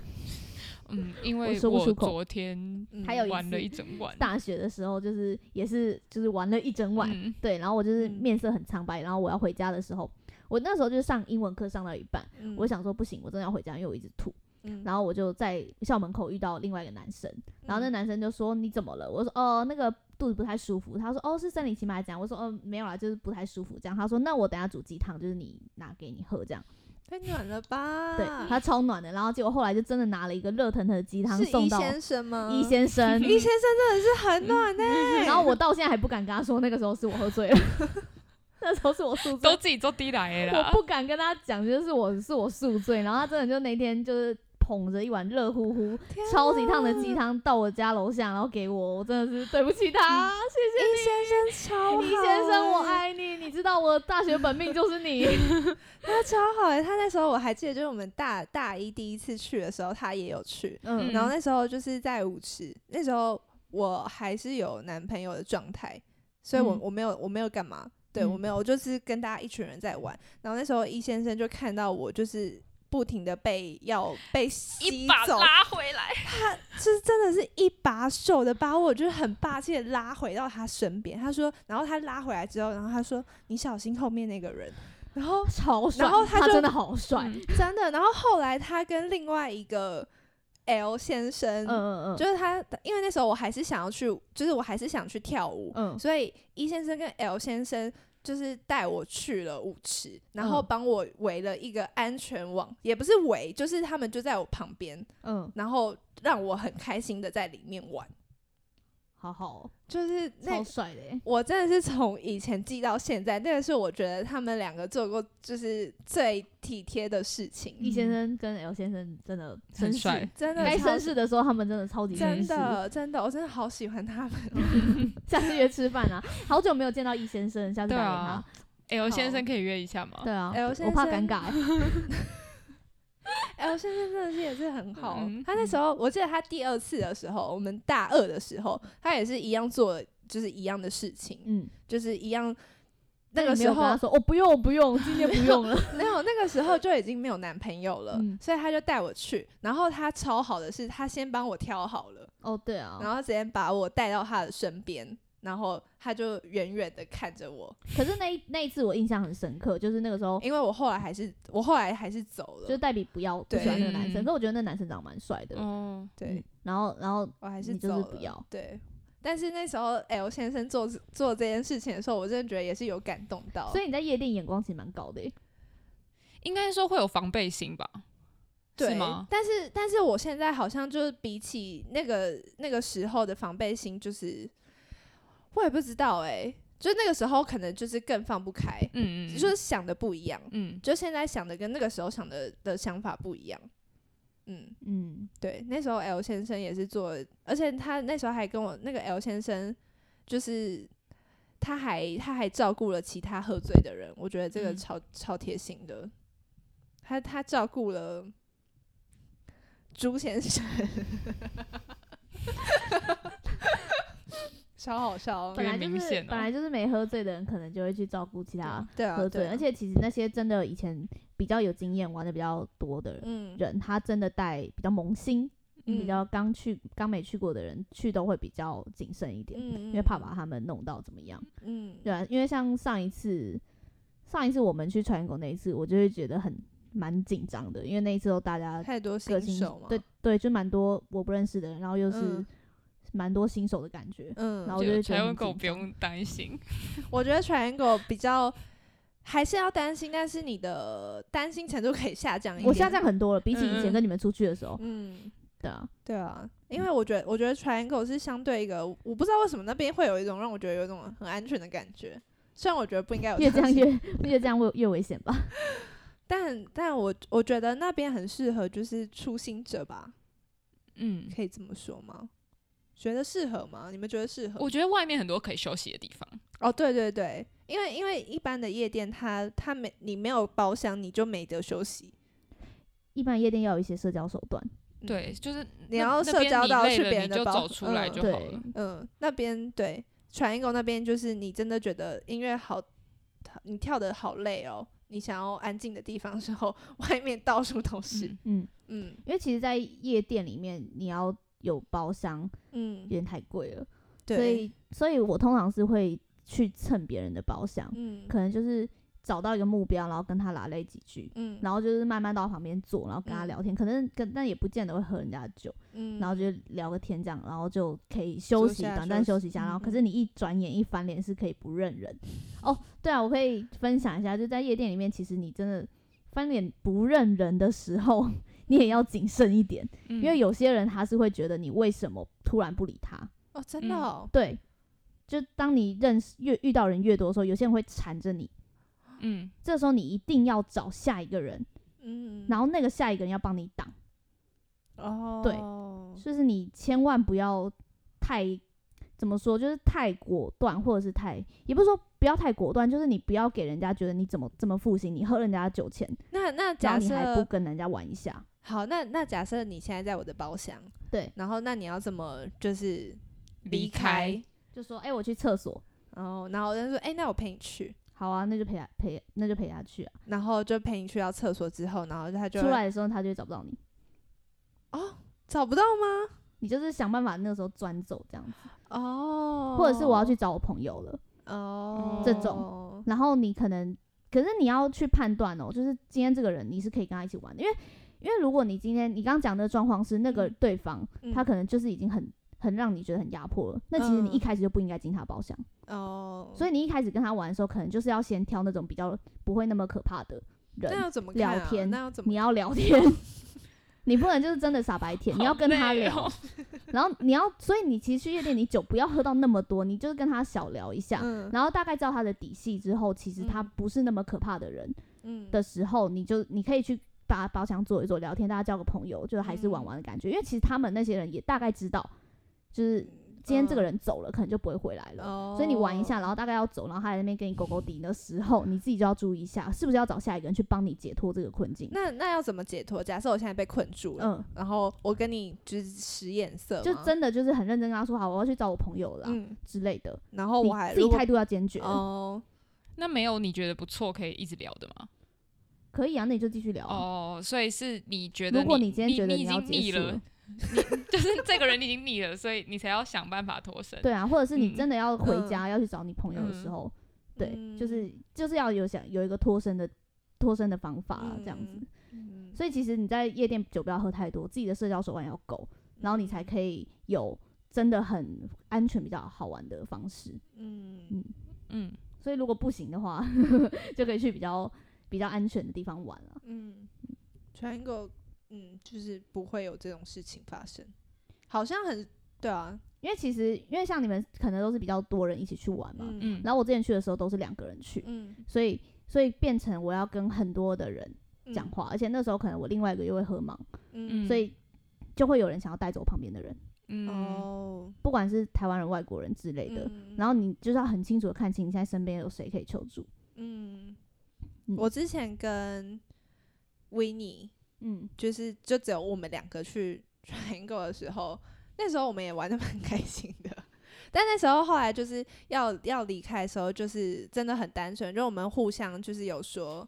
B: 嗯，因为
C: 说不
B: 我
C: 出口
B: 昨天
A: 嗯
C: 还有一
B: 玩了
C: 次
B: 一整晚。
C: 大学的时候就是也是就是玩了一整晚，
B: 嗯
C: 对，然后我就是
A: 嗯
C: 面色很苍白，然后我要回家的时候，我那时候就是上英文课上到一半，
A: 嗯
C: 我，想说不行，我真的要回家，因为我一直吐。
A: 嗯
C: 然后我就在校门口遇到另外一个男生，然后
A: 嗯
C: 那男生就说你怎么了？我说哦，那个肚子不太舒服。他说哦，是生理期吗？还是怎样？我说哦，没有啦，就是不太舒服这样。他说那我等下煮鸡汤，就是你拿给你喝这样。
A: 太暖了吧？
C: 对，他超暖的。然后结果后来就真的拿了一个热腾腾的鸡汤
A: 啊是
C: 送
A: 易
C: 到
A: 先生吗？
C: 易先嗯生。
A: 易先生真的是很暖呢、
C: [LAUGHS]
A: 欸
C: 然后我到现在还不敢跟他说那个时候是我喝醉了， [LAUGHS] 那时候是我宿醉
B: 都，自己做低来的啦
C: 我。不敢跟他讲，就是我是我宿醉，然后他真的就那天就是捧着一碗热乎乎、
A: 天
C: 超级烫的
A: 哪
C: 鸡汤到我家楼下，然后给我，我真的是对不起他，
A: 易，E 先生
C: [LAUGHS]
A: 超好、欸
C: 谢谢你 E 先生，我，爱你，你知道我大学本命就是你，
A: 他超好、欸。他那时候我还记得，就是我们大大一第一次去的时候，他也有去。
C: [LAUGHS] 嗯，
A: 然后那时候就是在舞池，那时候我还是有男朋友的状态，所以我、
C: 嗯
A: 我没有我没有干嘛，对我
C: 嗯
A: 没有，我就是跟大家一群人在玩。然后那时候易先生就看到我就是。不停的被要被吸
B: 一把
A: 走，
B: 拉回来，
A: 是真的是一把手的把我就是很霸气的拉回到他身边。他说，然后他拉回来之后，然后他说：“你小心后面那个人。”然后
C: 超帅，
A: 然后他
C: 他
A: 就
C: 真的好帅，
B: 嗯
A: 真的，然后后来他跟另外一个 L 先生，
C: 嗯嗯嗯，
A: 就是他，因为那时候我还是想要去，就是我还是想去跳舞，
C: 嗯
A: 所以 E 先生跟 L 先生就是带我去了舞池，然后
C: 嗯
A: 帮我围了一个安全网，也不是围，就是他们就在我旁边，
C: 嗯，
A: 然后让我很开心的在里面玩，
C: 好好哦，
A: 就是那
C: 超帅的耶，
A: 我真的是从以前记到现在，那个是我觉得他们两个做过就是最体贴的事情，
C: 易 E 先生跟 L 先生真的绅
B: 很
C: 士，
B: 帅，
A: 真的
C: 该
A: 超
C: 绅士的时候他们真的超级绅
A: 真
C: 士。
A: 的真的，我真的好喜欢他们。哦
C: [LAUGHS] 下次约吃饭啊，好久没有见到易先生，下次
B: 对
C: 打给
B: 啊
C: 他。
B: ，L
A: 好
B: 先生可以约一下吗？
C: 对啊，
A: L
C: 我
A: 先
C: 怕尴
A: 生
C: 尬 [LAUGHS] 欸。
A: L 哎先生真的是也是很好，哦
B: 嗯
A: 他那时候我记得他第二次的时候，我们大二的时候，他也是一样做，就是一样的事情，
C: 嗯，
A: 就是一样。那
C: 你
A: 个
C: 没
A: 时
C: 有跟
A: 候
C: 他说，哦，不用不用，今天不用了。
A: 没有，那个时候就已经没有男朋友了，
C: 嗯
A: 所以他就带我去。然后他超好的是，他先帮我挑好了，
C: 哦，对啊。
A: 然后直接把我带到他的身边，然后他就远远的看着我，
C: 可是那一那一次我印象很深刻，就是那个
A: [LAUGHS]
C: 时候，
A: 因为我后来还是我后来还是走
C: 哦就是
A: 了，
C: 黛比不要不喜欢那个男生，
B: 对
C: 可我觉得那男生长得蛮帅的。
B: 哦，
A: 对哦
C: 嗯，然后然后
A: 我还是
C: 你就
A: 走
C: 是
A: 了，
C: 不要
A: 对。但是那时候 L 先生做做这件事情的时候，我真的觉得也是有感动到。
C: 所以你在夜店眼光其实蛮高的耶，欸
B: 应该说会有防备心吧？
A: 对
B: 是吗？
A: 但是但是我现在好像就是比起那个那个时候的防备心，就是我也不知道哎、就是那个时候可能就是更放不开，
B: 嗯嗯，
A: 就是想的不一样，
B: 嗯，
A: 就现在想的跟那个时候想的的想法不一样。嗯，
C: 嗯，
A: 对，那时候 L 先生也是做，而且他那时候还跟我那个 L 先生，就是他还他还照顾了其他喝醉的人，我觉得这个
B: 嗯
A: 超、超贴心的。他他照顾了朱先生， [LAUGHS] 超好笑哦
B: 对
C: 本来就
B: 明
C: 是
B: 显哦
C: 本来就是没喝醉的人，可能就会去照顾其他
A: 对啊，
C: 喝
A: 对
C: 醉，
A: 啊
C: 而且其实那些真的以前比较有经验、玩的比较多的人，
A: 嗯，
C: 人他真的带比较萌新、
A: 嗯
C: 比较刚去、刚没去过的人去都会比较谨慎一点，
A: 嗯
C: 因为怕把他们弄到怎么样。
A: 嗯
C: 对啊，因为像上一次，上一次我们去船口那一次，我就会觉得很蛮紧张的，因为那一次都大家
A: 嗯太多
C: 个
A: 新
C: 性
A: 手嘛，
C: 对对，就蛮多我不认识的人，然后又是
A: 嗯
C: 蛮多新手的感觉。
A: 嗯，
C: 然后我就
B: 就
C: 会觉
B: 台
C: 得很
B: 湾狗
C: 紧
B: 不用担
C: [LAUGHS]
B: 心，
A: 我觉得 triangle 比较还是要担心，但是你的担心程度可以下降一点。
C: 我下降，很多了，比起以
B: 嗯嗯
C: 前跟你们出去的时候，
A: 嗯，
C: 对啊，
A: 对啊，因为我觉得我觉得 triangle 是相对一个，我不知道为什么那边会有一种让我觉得有一种很安全的感觉。虽然我觉得不应该有
C: 越
A: 这
C: 这样
A: 样
C: 越越这样越越危险吧。
A: 但但我我觉得那边很适合就是初心者吧，
B: 嗯。
A: 可以这么说吗？觉得适合吗？你们觉得适合吗？
B: 我觉得外面很多可以休息的地方，
A: 哦，对对对，因为因为一般的夜店它它没你没有包厢，你就没得休息。
C: 一般夜店要有一些社交手段，
A: 嗯
B: 对，就是
A: 你
B: 那
A: 要
B: 那
A: 社
B: 边
A: 交
B: 你
A: 到
B: 累
A: 去
B: 了
A: 别
B: 你
A: 人的
B: 就
A: 包
B: 走出来
A: 嗯
B: 就好
C: 对
B: 了。，
A: 嗯，那边对传艺宫那边就是你真的觉得音乐好，你跳的好累哦，你想要安静的地方的时候， [LAUGHS] 外面到处都是，
B: 嗯
C: 嗯，
A: 嗯
C: 因为其实，在夜店里面你要有包厢，有
A: 嗯，
C: 点太贵了，所
A: 对，
C: 以所以我通常是会去蹭别人的包厢，
A: 嗯
C: 可能就是找到一个目标，然后跟他拉累几句。
A: 嗯
C: 然后就是慢慢到旁边坐，然后跟他
A: 嗯
C: 聊天，可能跟但也不见得会喝人家的酒，
A: 嗯
C: 然后就聊个天这样，然后就可以休
A: 坐
C: 息，
A: 下
C: 短暂
A: 休
C: 休息一下。然后，
A: 嗯
C: 可是你一转眼一翻脸是可以不认人。哦，对啊，我可以分享一下，就在夜店里面，其实你真的翻脸不认人的时候， [LAUGHS] 你也要谨慎一点，
A: 嗯
B: 因
C: 因为有些人他是会觉得你为什么突然不理他？
A: 哦，真的
B: 嗯
A: 哦，
C: 对，就当你认识越遇到人越多的时候，有些人会缠着你，
B: 嗯
C: 这时候你一定要找下一个人，
A: 嗯，
C: 然后那个下一个人要帮你挡，
A: 哦，
C: 对就是你千万不要太怎么说，就是太果断，或者是太也不是说不要太果断，就是你不要给人家觉得你怎么这么负心，你喝人家的酒钱，
A: 那那
C: 然
A: 假
C: 后你还不
A: 设
C: 跟人家玩一下，
A: 好，那那假设你现在在我的包厢，
C: 对，
A: 然后那你要怎么就是离
B: 开，
A: 开？
C: 就说哎、我去厕所，
A: 然后然后他说，哎、那我陪你去。
C: 好啊，那就陪他陪那就陪他去啊，
A: 然后就陪你去到厕所之后，然后他就
C: 出来的时候他就会找不到你，哦
A: 找不到吗？
C: 你就是想办法那个时候钻走这样子，
A: 哦，
C: 或者是我要去找我朋友了，
A: 哦
C: 这种然后你可能。可是你要去判断哦，就是今天这个人你是可以跟他一起玩的，因为因为如果你今天你刚刚讲的状况是那个
A: 嗯
C: 对方、
A: 嗯
C: 他可能就是已经很很让你觉得很压迫了，那其实你一
A: 嗯
C: 开始就不应该进他的包厢。
A: 哦，
C: 所以你一开始跟他玩的时候，可能就是要先挑那种比较不会那么可怕的人
A: 那，要怎么看啊
C: 聊天
A: 那要怎么
C: 你要
A: [LAUGHS]
C: 聊天，你不能就是真的傻白甜，你要跟他
B: 好累
C: 聊，
B: 哦
C: 然后你要，所以你其实去夜店，你酒不要喝到那么多，你就是跟他小聊一下。
A: 嗯
C: 然后大概知道他的底细之后，其实他
A: 嗯
C: 不是那么可怕的人
A: 嗯
C: 的时候，你就你可以去把包厢坐一坐，聊天，大家交个朋友，就还是玩
A: 嗯
C: 玩的感觉。因为其实他们那些人也大概知道，就是今天这个
A: 嗯
C: 人走了，可能就不会回来了。
A: 哦，
C: 所以你玩一下，然后大概要走，然后他在那边跟你勾勾底的时候，你自己就要注意一下，是不是要找下一个人去帮你解脱这个困境？
A: 那那要怎么解脱？假设我现在被困住了，
C: 嗯，
A: 然后我跟你就是使眼色吗，
C: 就真的就是很认真跟他说好，我要去找我朋友了啊、
A: 嗯，
C: 之类的，
A: 然后
C: 你
A: 我还
C: 自己
A: 如果
C: 态度要坚决。
A: 哦，
B: 那没有你觉得不错可以一直聊的吗？
C: 可以啊，那你就继续聊啊、
B: 哦，所以是你觉得
C: 如果你今天觉得
B: 你已
C: 要
B: 经
C: 结
B: 腻
C: 束
B: 了，就是这个人已经腻了，所以你才要想办法脱身。
C: 对啊，或者是你
B: 嗯
C: 真的要回家、要去找你朋友的时
B: 嗯
C: 候，对，就
A: 嗯
C: 是就是要有想有一个脱身的脱身的方法、啊、这样子
A: 嗯。嗯
C: 所以其实你在夜店酒不要喝太多，自己的社交手腕要够，然后你
A: 嗯
C: 才可以有真的很安全、比较好玩的方式。
A: 嗯
B: 嗯，
C: 所以如果不行的话， [LAUGHS] 就可以去比较比较安全的地方玩了。
A: 嗯，全国嗯就是不会有这种事情发生，好像很对啊，
C: 因为其实因为像你们可能都是比较多人一起去玩嘛，
A: 嗯
B: 嗯，
C: 然后我之前去的时候都是两个人去，
A: 嗯
C: 所以所以变成我要跟很多的人
A: 嗯
C: 讲话，而且那时候可能我另外一个又会喝盲，
A: 嗯
C: 所以就会有人想要带走旁边的人，
B: 嗯，
A: 哦
C: 不管是台湾人、外国人之类的。
A: 嗯
C: 然后你就是要很清楚的看清你现在身边有谁可以求助。
A: 嗯，
C: 嗯
A: 我之前跟维尼
C: 嗯，
A: 就是就只有我们两个去 [LAUGHS] Triangle 的时候，那时候我们也玩的蛮开心的。但那时候后来就是要要离开的时候，就是真的很单纯，就我们互相就是有说，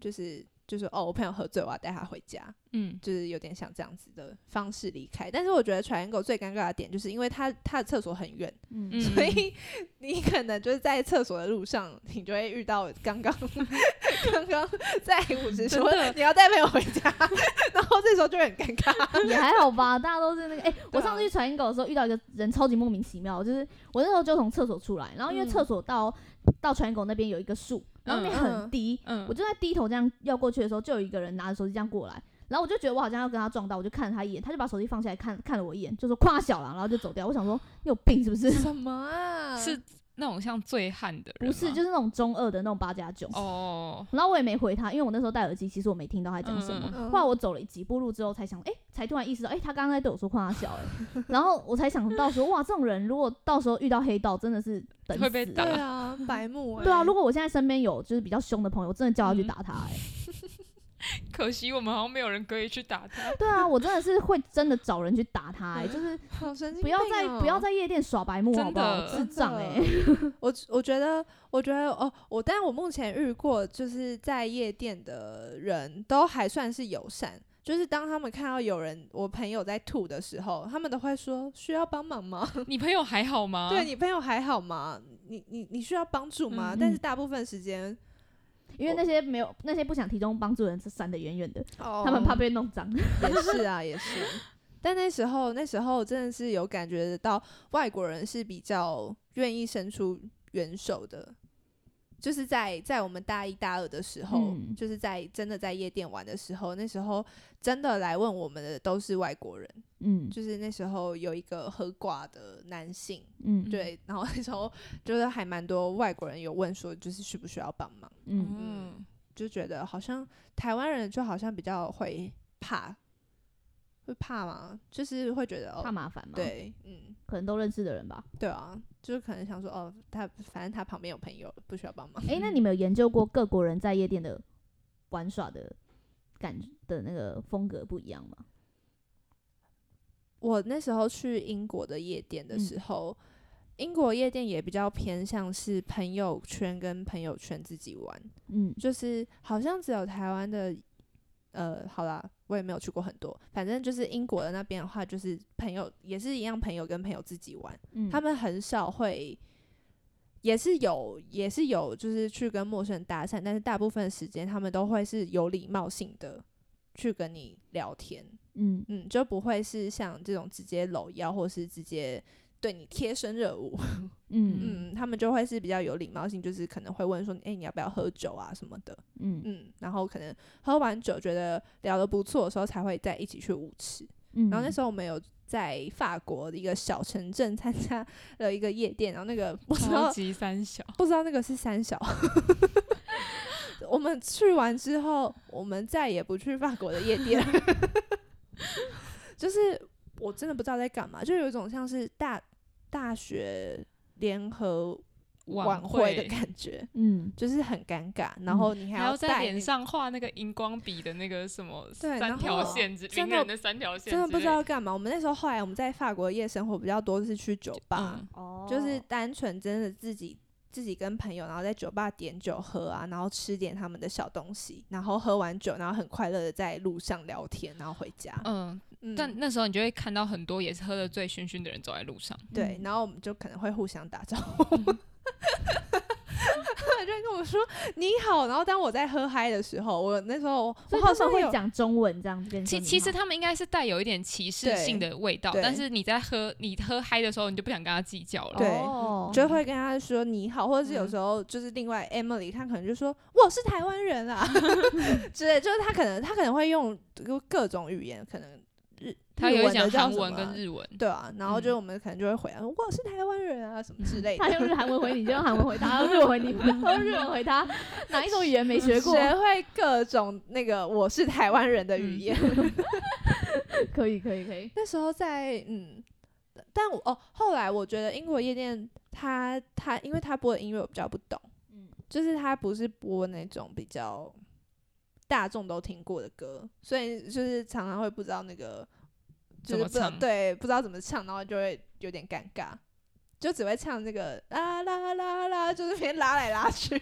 A: 就是就是哦，我朋友喝醉，我要带他回家，
B: 嗯，
A: 就是有点像这样子的方式离开。但是我觉得 Triangle 最尴尬的点，就是因为他他的厕所很远，
C: 嗯
B: 嗯
A: 所以你可能就是在厕所的路上，你就会遇到刚刚刚刚在五十说
B: 真的
A: 你要带朋友回家，然后这时候就会很尴尬。
C: [LAUGHS] 也还好吧，大家都是那个。
A: [LAUGHS]
C: 哎、我
A: 对啊
C: 上次去传音狗的时候遇到一个人超级莫名其妙，就是我那时候就从厕所出来，然后因为
A: 嗯
C: 厕所到、到传音狗那边有一个树，然后那边
A: 嗯
C: 很
A: 嗯
C: 低，
B: 嗯
C: 我就在低头这样要过去的时候，就有一个人拿着手机这样过来。然后我就觉得我好像要跟他撞到，我就看了他一眼，他就把手机放下来看看了我一眼，就说夸小狼，然后就走掉。我想说你有病是不是？
A: 什么啊
B: 是那种像醉汉的人
C: 不
B: 吗，
C: 是，就是那种中二的那种八加九。
B: 哦，
C: 然后我也没回他，因为我那时候戴耳机，其实我没听到他讲什么。
B: 嗯
A: 嗯嗯
C: 后来我走了几步路之后，才想，哎、才突然意识到，哎、他刚刚在对我说夸他小、
B: [LAUGHS]
C: 哎，然后我才想到说，哇，这种人如果到时候遇到黑道，真的是等死
B: 会被
A: 对
B: 打
A: 啊，白目、欸。
C: 对啊，如果我现在身边有就是比较凶的朋友，我真的叫他去
B: 嗯
C: 打他、哎、
B: 可惜我们好像没有人可以去打
C: [LAUGHS]
B: 他。
C: 对啊，我真的是会真的找人去打他、哎，就是
A: 好神经、哦
C: 不要在、不要。在夜店耍白目，
B: 啊真
C: 好不好？
B: 的
C: 智障哎、
A: 我我觉得，我觉得哦，我但我目前遇过，就是在夜店的人都还算是友善，就是当他们看到有人我朋友在吐的时候，他们都会说需要帮忙吗？
B: 你朋友还好
C: 啊
B: 吗？
A: 对你朋友还好吗？你你你需要帮助吗？
B: 嗯
A: 但
C: 嗯
A: 是大部分时间，
C: 因为那些没有那些不想提供帮助的人，是闪得远远的，
A: 哦
C: 他们怕被弄脏。
A: 也是啊，也是。但那时候，那时候真的是有感觉得到外国人是比较愿意伸出援手的，就是在在我们大一大二的时候，
C: 嗯
A: 就是在真的在夜店玩的时候，那时候真的来问我们的都是外国人，
C: 嗯
A: 就是那时候有一个喝挂的男性，
C: 嗯
A: 对，然后那时候就是还蛮多外国人有问说，就是需不需要帮忙，
C: 嗯，
B: 嗯，
A: 就觉得好像台湾人就好像比较会怕，会怕吗？就是会觉得
C: 怕
A: 哦，
C: 麻烦嘛，，
A: 对，嗯，
C: 可能都认识的人吧。
A: [LAUGHS] 对啊，就是可能想说哦，他反正他旁边有朋友，不需要帮忙。
C: 哎、那你们有研究过各国人在夜店的玩耍的感的那个风格不一样吗？
A: 我那时候去英国的夜店的时候，英国夜店也比较偏向是朋友圈跟朋友圈自己玩，
C: 嗯
A: 就是好像只有台湾的，呃，好啦，我也没有去过很多，反正就是英国的那边的话，就是朋友也是一样，朋友跟朋友自己玩。
C: 嗯，
A: 他们很少会，也是有，也是有，就是去跟陌生人搭讪，但是大部分时间他们都会是有礼貌性的去跟你聊天，
C: 嗯，
A: 嗯，就不会是像这种直接搂腰或是直接对你贴身热舞，
C: 嗯
A: 嗯，他们就会是比较有礼貌性，就是可能会问说，哎、你要不要喝酒啊什么的，
C: 嗯
A: 嗯，然后可能喝完酒觉得聊得不错的时候，才会再一起去舞池。
C: 嗯，
A: 然后那时候我们有在法国的一个小城镇参加了一个夜店，然后那个不 [LAUGHS] 知
B: 超
A: 道
B: 级三小，
A: 不知道那个是三
B: [LAUGHS]
A: 小。我们去完之后，我们再也不去法国的夜店，
B: [LAUGHS]
A: 就是我真的不知道在干嘛，就有一种像是大大学联合晚会
B: 会嗯
A: 的感觉，
C: 嗯
A: 就是很尴尬，然后你还
B: 还要
A: 要
B: 在
A: 戴
B: 脸
A: 那
B: 上画那个荧光笔的那个什么
A: 对然
B: 三条
A: 后
B: 线之，
A: 真
B: 名
A: 的
B: 人的三条线之类，
A: 真的不知道干嘛。我们那时候后来我们在法国夜生活比较多是去酒吧，
B: 嗯
C: 哦
A: 就是单纯真的自己自己跟朋友，然后在酒吧点酒喝啊，然后吃点他们的小东西，然后喝完酒，然后很快乐的在路上聊天，然后回家。
C: 哦
B: 嗯，
A: 嗯，
B: 但那时候你就会看到很多也是喝得醉醺醺的人走在路上，
A: 对，然后我们就可能会互相打招呼。他
C: 嗯
A: [LAUGHS] 们就会跟我说你好，然后当我在喝嗨的时候，我那时候我
C: 所以
A: 好
C: 他们
A: 像
C: 会
A: 有
C: 讲中文这样子跟你说
B: 其
C: 你
B: 其实
C: 好
B: 他们应该是带有一点歧视性的味道，
A: 对对
B: 但是你在喝你喝嗨的时候，你就不想跟他计较了。
A: 对
C: 哦嗯
A: 就会跟他说你好，或者是有时候就是另外 Emily，她可能就说我是台湾人
C: [LAUGHS]
A: 啊之类，就是她可能她可能会用各种语言，可能日
B: 他
A: 日
B: 有
A: 文的
B: 讲
A: 叫
B: 韩
A: 什
B: 文
A: 么
B: 跟日文，
A: [LAUGHS] 对啊，然后就
B: 嗯
A: 我们可能就会回答说我是台湾人啊什么之类的
C: 他，嗯用日韩文回你，就用韩文回答；他用日文回你，他用日文回他。哪一种语言没学过？
A: 学会各种那个我是台湾人的语
B: 嗯
A: 言。
C: 可以，可以，可以。
A: 那时候在嗯，但我哦，后来我觉得英国夜店它它因为它播的音乐我比较不懂，
C: 嗯
A: 就是它不是播那种比较大众都听过的歌，所以就是常常会不知道那个就
B: 怎
A: 是
B: 么
A: 不知道
B: 唱
A: 对不知道怎么唱，然后就会有点尴尬。就只会唱那个啦啦啦啦，就是边拉来拉去，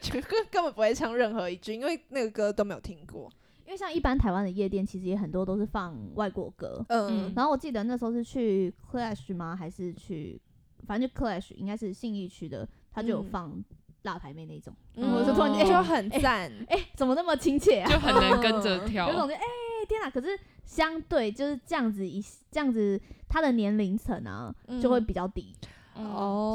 A: 就根根本不会唱任何一句，因为那个歌都没有听过。
C: 因为像一般台湾的夜店，其实也很多都是放外国歌。
A: 嗯
B: 嗯
C: 然后我记得那时候是去 Clash 吗？还是去，反正就 Clash 应该是信义区的，他就有
A: 嗯
C: 放辣牌妹那种。
A: 嗯，
B: 我
A: 就
B: 就
A: 突
B: 突
A: 然
B: 然间
A: 就
B: 哎
A: 很赞，
C: 哎、怎么那么亲切啊？
B: 就很能跟着
A: 嗯
B: 跳
C: 有。种就哎、天哪！可是相对就是这样子一这样子，他的年龄层啊就会
A: 嗯
C: 比较低。
B: 哦，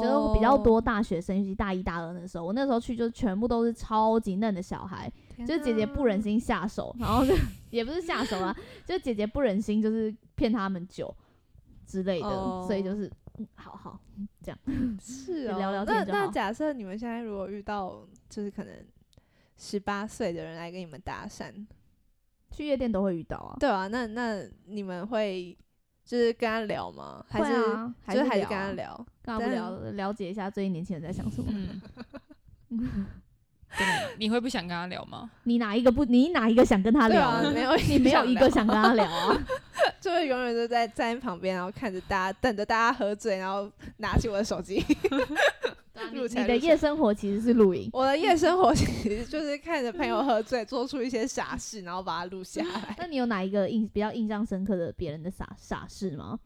A: 哦
C: 就是比较，多大学生，尤其大一、大二那时候，我那时候去就全部都是超级嫩的小孩，就是姐姐不忍心下手，然后就也不是下手啦，就是姐姐不忍心就是骗他们酒之类的，
A: 哦
C: 所以就是、嗯、好好这样，
A: 是
C: 就
A: 哦。
C: 聊聊
A: 那
C: 天就
A: 那
C: 好
A: 假设你们现在如果遇到就是可能十八岁的人来跟你们搭讪，
C: 去夜店都会遇到啊，
A: 对啊，那那你们会就是跟他聊吗？还是、
C: 会啊，还
A: 就是
C: 是
A: 还是
C: 聊
A: 跟他
C: 啊，
A: 聊？ [LAUGHS]
C: 干嘛不
A: 但
C: 了了解一下最近年轻人在想什么？
A: [LAUGHS]
B: 嗯，真的你会不想跟他聊吗？
C: 你哪一个不？你哪一个想跟他
A: 对
C: 聊
A: 啊，
C: 啊？
A: 没有
C: [LAUGHS] 你没有
A: 想
C: 一个
A: 聊
C: 想跟他聊啊？
A: 就是永远都在站在旁边，然后看着大家，等着大家喝醉，然后拿起我的手
C: [LAUGHS]
A: 机。
C: 啊你
A: 入
C: 你
A: 宅
C: 的
A: 入宅
C: 夜嗯生活其实是露营，
A: 我的夜生活其实就是看着朋友喝醉，做出一些傻
C: [LAUGHS]
A: 事，然后把它录下来。
C: 那你有哪一个印比较印象深刻的别人的傻傻事吗？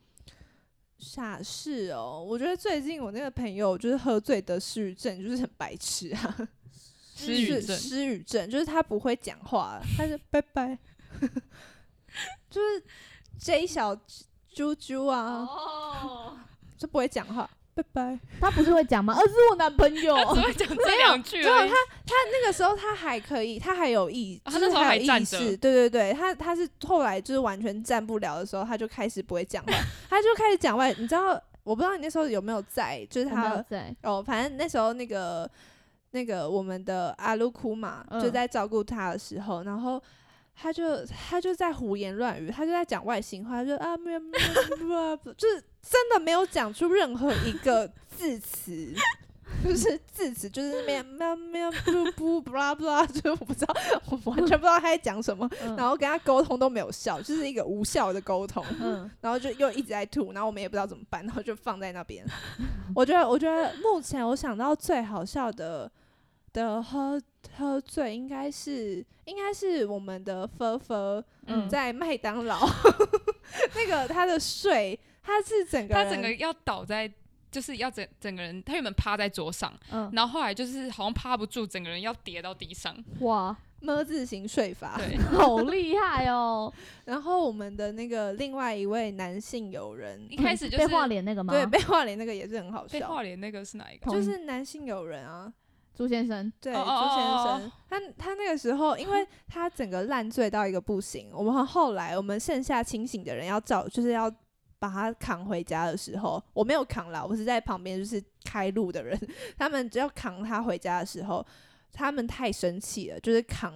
A: 傻事哦，我觉得最近我那个朋友就是喝醉得失语症，就是很白痴啊。
B: [LAUGHS] 失语
A: 是
B: 症，
A: 失语症就是他不会讲话，他
B: [LAUGHS]
A: 是拜拜， [LAUGHS] 就是 J 小啾啾啊，
C: 哦，
A: 就不会讲话，拜拜。
C: 他不是会讲吗？ [LAUGHS] 呃，是我男朋
B: [LAUGHS]
C: 友。
B: 他只会讲这两句而已。
A: 那个时候他还可以，他还有意，
B: 啊
A: 就
B: 他那
A: 是
B: 时候
A: 还
B: 还
A: 有意
B: 站
A: 识，
B: 着
A: 对对对，他他是后来就是完全站不了的时候，他就开始不会讲话，他就开始讲外，你知道，我不知道你那时候有没有在，就是
C: 我没有
A: 他
C: 在，
A: 哦，反正那时候那个那个我们的阿鲁库玛
C: 嗯
A: 就在照顾他的时候，然后他就他就在胡言乱语，他就在讲外星话，就啊没有没有没有， [LAUGHS] 就是真的没有讲出任何一个字词。就是字词，就是那边喵喵不不不啦不啦， [LAUGHS] 就是我不知道，我完全不知道他在讲什么，然
C: 嗯
A: 后跟他沟通都没有效，就是一个无效的沟通。
C: 嗯，
A: 然后就又一直在吐，然后我们也不知道怎么办，然后就放在那边。我觉得，我觉得目前我想到最好笑的的喝喝醉，应该是应该是我们的菲菲
B: 嗯，
A: 在麦当
B: [LAUGHS]
A: 劳、那个他的睡，他是整个
B: 他
A: 人
B: 整个要倒在，就是要整整个人，他原本趴在桌上，
C: 嗯
B: 然后后来就是好像趴不住，整个人要跌到地上。
C: 哇，
A: 么字形睡法。
B: 对，
C: 好厉害哦！
A: 然后我们的那个另外一位男性友人，
B: 一开始就
C: 嗯被
B: 是
C: 画脸那个吗？
A: 对，被画脸那个也是很好
B: 被
A: 笑
B: 画，脸那个是哪一个？
C: 同
A: 就是男性友人啊，
C: 朱先生，
A: 对，朱
B: 哦哦
A: 先
B: 哦
A: 生，他他那个时候，因
B: [LAUGHS]
A: 为他整个烂醉到一个不行，我们后来我们剩下清醒的人要照，就是要把他扛回家的时候，我没有扛啦，我是在旁边就是开路的人，他们只要扛他回家的时候，他们太生气了，就是
B: [LAUGHS]
A: 扛。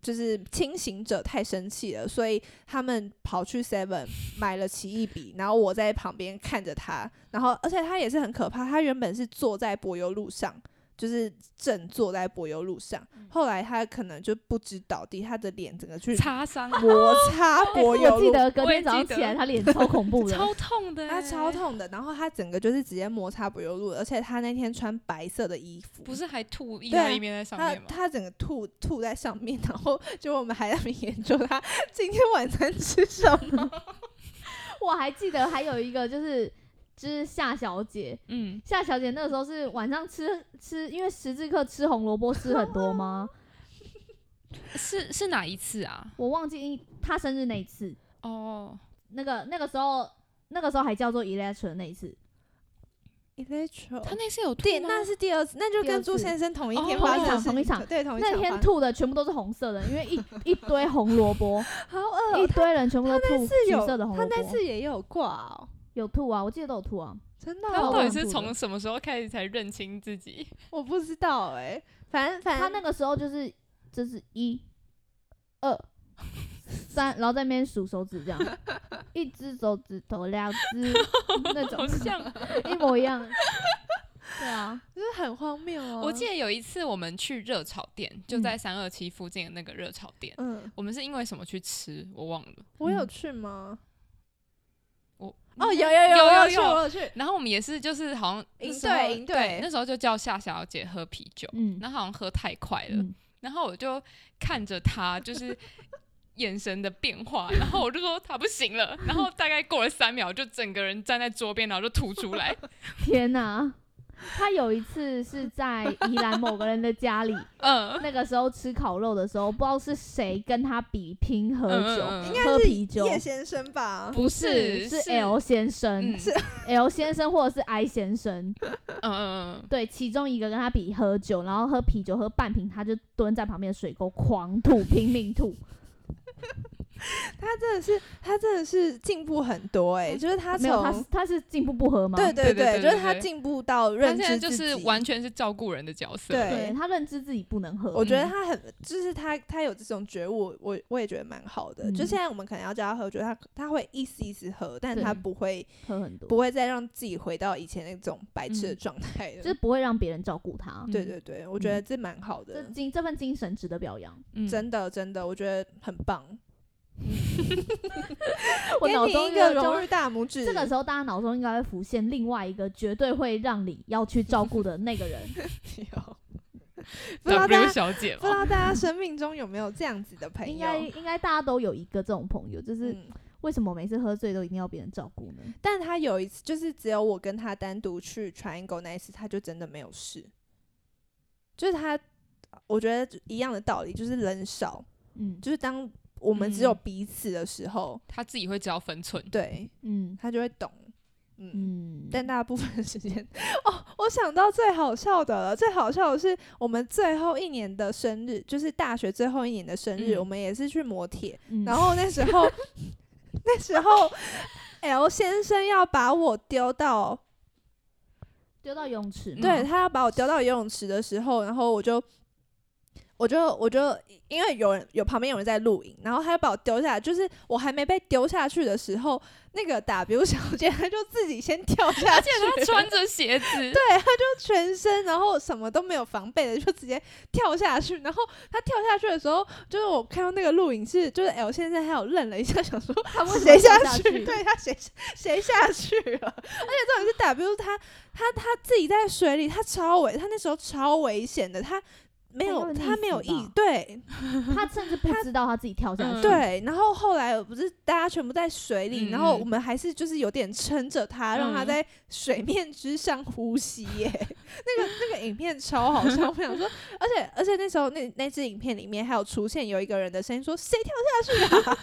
A: 就是清醒者太生气了，所以他们跑去 Seven 买了奇异笔，然后我在旁边看着他，然后而且他也是很可怕，他原本是坐在柏油路上，就是正坐在柏油路上，
B: 嗯
A: 后来他可能就不知倒地，他的脸整个去
B: 擦伤，
A: 摩
B: [LAUGHS]
A: 擦
C: 哎
A: 柏油
C: 我记
A: 路，
C: 得隔
B: 我也
C: 天
B: 记
C: 早上起来，
B: 得
C: 他脸超恐怖
B: [LAUGHS]
C: 的，
B: 超痛的欸，
A: 他超痛的，然后他整个就是直接摩擦柏油路，而且他那天穿白色的衣服，
B: 不是还吐意
A: 对啊
B: 大利面在上
A: 他
B: 面吗？
A: 他整个吐吐在上面，然后就我们还在那边研究他今天晚餐吃什么。
C: 我还记得还有一个就是就是夏小姐，
B: 嗯，
C: 夏小姐那个时候是晚上吃吃，因为十字课吃红萝卜吃很
A: [LAUGHS]
C: 多吗？
B: 是是哪一次啊？
C: 我忘记她生日那一次，
B: 哦，
C: 那个那个时候那个时候还叫做 Electra 那一次，
A: Electro，
B: 他那次有吐
A: 第
B: 吗
A: 哦那是第二次，那就
C: 第二
A: 跟朱
C: 次
A: 先生同一天
B: 哦
A: 发
B: 同一
A: 生的
C: 场
A: 事
C: 同
A: 情
C: 一场
A: 对同一
C: 那
A: 场
C: 天
A: 发
C: 吐的全部都是红色的，因为一一堆红萝
A: [LAUGHS]
C: 卜，
A: 好恶
C: 一
A: 哦，
C: 堆人全部都吐
A: 是
C: 橘
A: 有
C: 色的红
A: 他
C: 萝
A: 那
C: 卜，
A: 次也有挂哦，
C: 有吐啊，我记得都有吐啊。
A: 真的
B: 他
A: 哦、
C: 我
B: 到底
C: 忘
B: 是
C: 记了
B: 从什么时候开始才认清自己？
A: 我不知道哎、反正反
C: 他
A: 正
C: 那个时候就是就是一、二、三，然后在那边数手指这样，一只手指头，两
B: [LAUGHS]
C: 只那
B: 好
C: 种，
B: 像
C: 一模一样。对啊，
A: 就是很荒谬哦。
B: 我记得有一次我们去热炒店，就在三二七附近的那个热炒店，
A: 嗯，
B: 我们是因为什么去吃？我忘了。
A: 我有去吗？
B: 我
A: 哦，有有有
B: 有有
A: 我去，我有去。
B: 然后我们也是就是好像那
A: 营
B: 时候
A: 队营队
B: 那时候就叫夏小姐喝啤酒，
C: 嗯
B: 然后好像哦喝太快了，
C: 嗯，
B: 然后我就看着她就是眼神的变化，然后我就说她不
A: [LAUGHS]
B: 行了，然后大概过了三秒，就整个人站在桌边，然后就吐
A: [LAUGHS]
B: 出来，
C: 天哪、他有一次是在宜兰某个人的家里，
B: 嗯，
C: 那个时候吃烤肉的时候，不知道是谁跟他比拼喝
B: 嗯
C: 酒，
B: 嗯嗯
A: 应该
C: 喝
A: 是
C: 啤酒
A: 叶先生吧？
B: 不
C: 是
B: 是
C: 是 L 先生、
B: 嗯
A: 是
C: l 先生或者是 I 先生，
B: 嗯嗯
C: 对，其中一个跟他比喝酒，然后喝啤酒喝半瓶，他就蹲在旁边的水沟狂吐，拼命吐。
A: 他真的是，他真的是进步很多哎、就是 [LAUGHS] 他
C: 没有，他是
A: 从
C: 他是进步不喝吗？
A: 对
B: 对对
A: 对，
B: 对
A: 就是他
B: 对
A: 进步到
B: 嗯，他
A: 认
B: 现
A: 知
B: 在
A: 自
B: 就
A: 己。
B: 是完全是照顾人的角色，
A: 对
C: 对他认知自己不能喝
A: 我。觉得
B: 嗯
A: 他很，就是他他有这种觉悟，我我也觉得蛮好的。
C: 嗯
A: 就现在我们可能要叫他喝，酒，他他会一丝一丝喝，但
C: 对
A: 他不会
C: 喝很多，
A: 不会再让自己回到以前那种白痴的
B: 嗯
A: 状态了。
C: 就是不会让别人照顾他。
A: 对对对，我觉
C: 嗯
A: 得这蛮好的
C: 这。精这份精神值得表扬。
B: 嗯
A: 真的真的，我觉得很棒。
C: 我
A: 给
C: 脑
A: 你
C: 中
A: 一
C: 就
A: 个
C: 就
A: 荣誉大拇指。
C: 这个时候，大家脑中应该会浮现另外一个绝对会让你要去照顾的那
A: [LAUGHS]
C: 个人。 [LAUGHS]
A: 有不知道大
B: W
A: 家
B: 小姐
A: 不知
B: 嘛，
A: 道大家生命中有没有这样子的朋友？
C: 应该应该大家都有一个这种朋友，就是
A: 哎嗯，
C: 为什么每次喝醉都一定要别人照顾呢？
A: 但他有一次就是只有我跟他单独去 Triangle 那一次，他就真的没有事。就是他，我觉得一样的道理，就是人少，
C: 嗯
A: 就是当我们只有
B: 嗯
A: 彼此的时候，
B: 她自己会知道分寸，
A: 对
C: 嗯
A: 他就会懂。嗯
C: 嗯，
A: 但大部分的时间，哦，我想到最好笑的了。最好笑的是，我们最后一年的生日，就是大学最后一年的生日，
B: 嗯
A: 我们也是去磨铁。
C: 嗯
A: 然后那时候， [LAUGHS] 那时候 L 先生要把我丢到，
C: 丢到泳池嘛，
B: 嗯
A: 对他要把我丢到游泳池的时候，然后我就。我就我就因为有人有旁边有人在录影，然后他就把我丢下来，就是我还没被丢下去的时候，那个 W 小姐她就自己先跳下
B: 而
A: 去 [LAUGHS]
B: 且，她穿着鞋子，
A: 对，他就全身，然后什么都没有防备的，就直接跳下去。然后他跳下去的时候，就是我看到那个录影是，就是 L 先生还有愣了一下，想说
C: 他为什
A: [LAUGHS] 谁
C: 么
A: 下
C: 跳下去？
A: 对他谁谁下去了？ [LAUGHS] 而且重点是 W 他他他自己在水里，他超危，他那时候超危险的，他。没
C: 他
A: 有
C: 会
A: 他
C: 溺
A: 没有
C: 死
A: 意
C: 吧
A: 对
C: 他甚至不知道他自己跳下
B: 嗯
C: 去，
A: 对，然后后来不是大家全部在水里，然后
B: 嗯嗯
A: 我们还是就是有点撑着他，让他
B: 嗯
A: 在水面之上呼吸耶。那个那个影片超好笑，我想说，而且而且那时候那那支影片里面还有出现有一个人的声音说谁跳
C: 好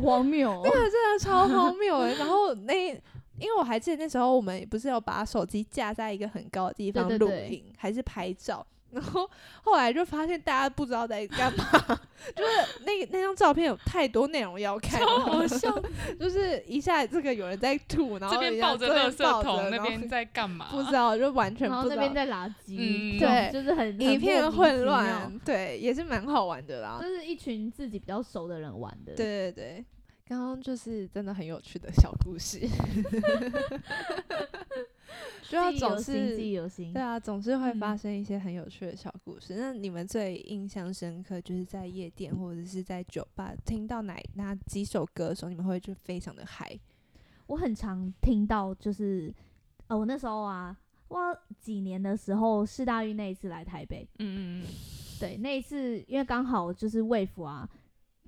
C: 荒谬哦！
A: 下，真的超荒谬哎。然后那。因为我还记得那时候我们不是有把手机架在一个很高的地
C: 对
A: 方
C: 对
A: 录
C: 对
A: 影还是拍照，然后后来就发现大家不知道在干嘛， [LAUGHS] 就是那那张照片有太多内容要看，
B: 超好笑，
A: [LAUGHS] 就是一下这个有人在吐，然后
B: [LAUGHS] 这边
A: 一下
B: 抱着
A: 这
B: 垃
A: 边抱着
B: 圾桶，那
A: 然后
B: 边在干嘛？
A: 不知道，就完全
C: 然后
A: 不
C: 那
A: 知
C: 边
A: 道，
C: 在垃圾，
B: 嗯
A: 对
C: 就是很
A: 一片混，
C: 很莫名
A: 乱，对，也是蛮好玩的啦
C: 其妙。就是一群自己比较熟的人玩的。，
A: 对对对，刚刚就是真的很有趣的小故事， [LAUGHS] 就要
C: 记忆犹
A: 总
C: 新，记忆
A: 是
C: 犹新
A: 对。啊，总是会发
B: 嗯
A: 生一些很有趣的小故事。那你们最印象深刻，就是在夜店或者是在酒吧听到哪哪几首歌的时候，你们会就非常的嗨？
C: 我很常听到，就是呃，我那时候啊，哇，几年的时候，世大运那一次来台北，
B: 嗯嗯
C: 对，那一次因为刚好就是卫服啊，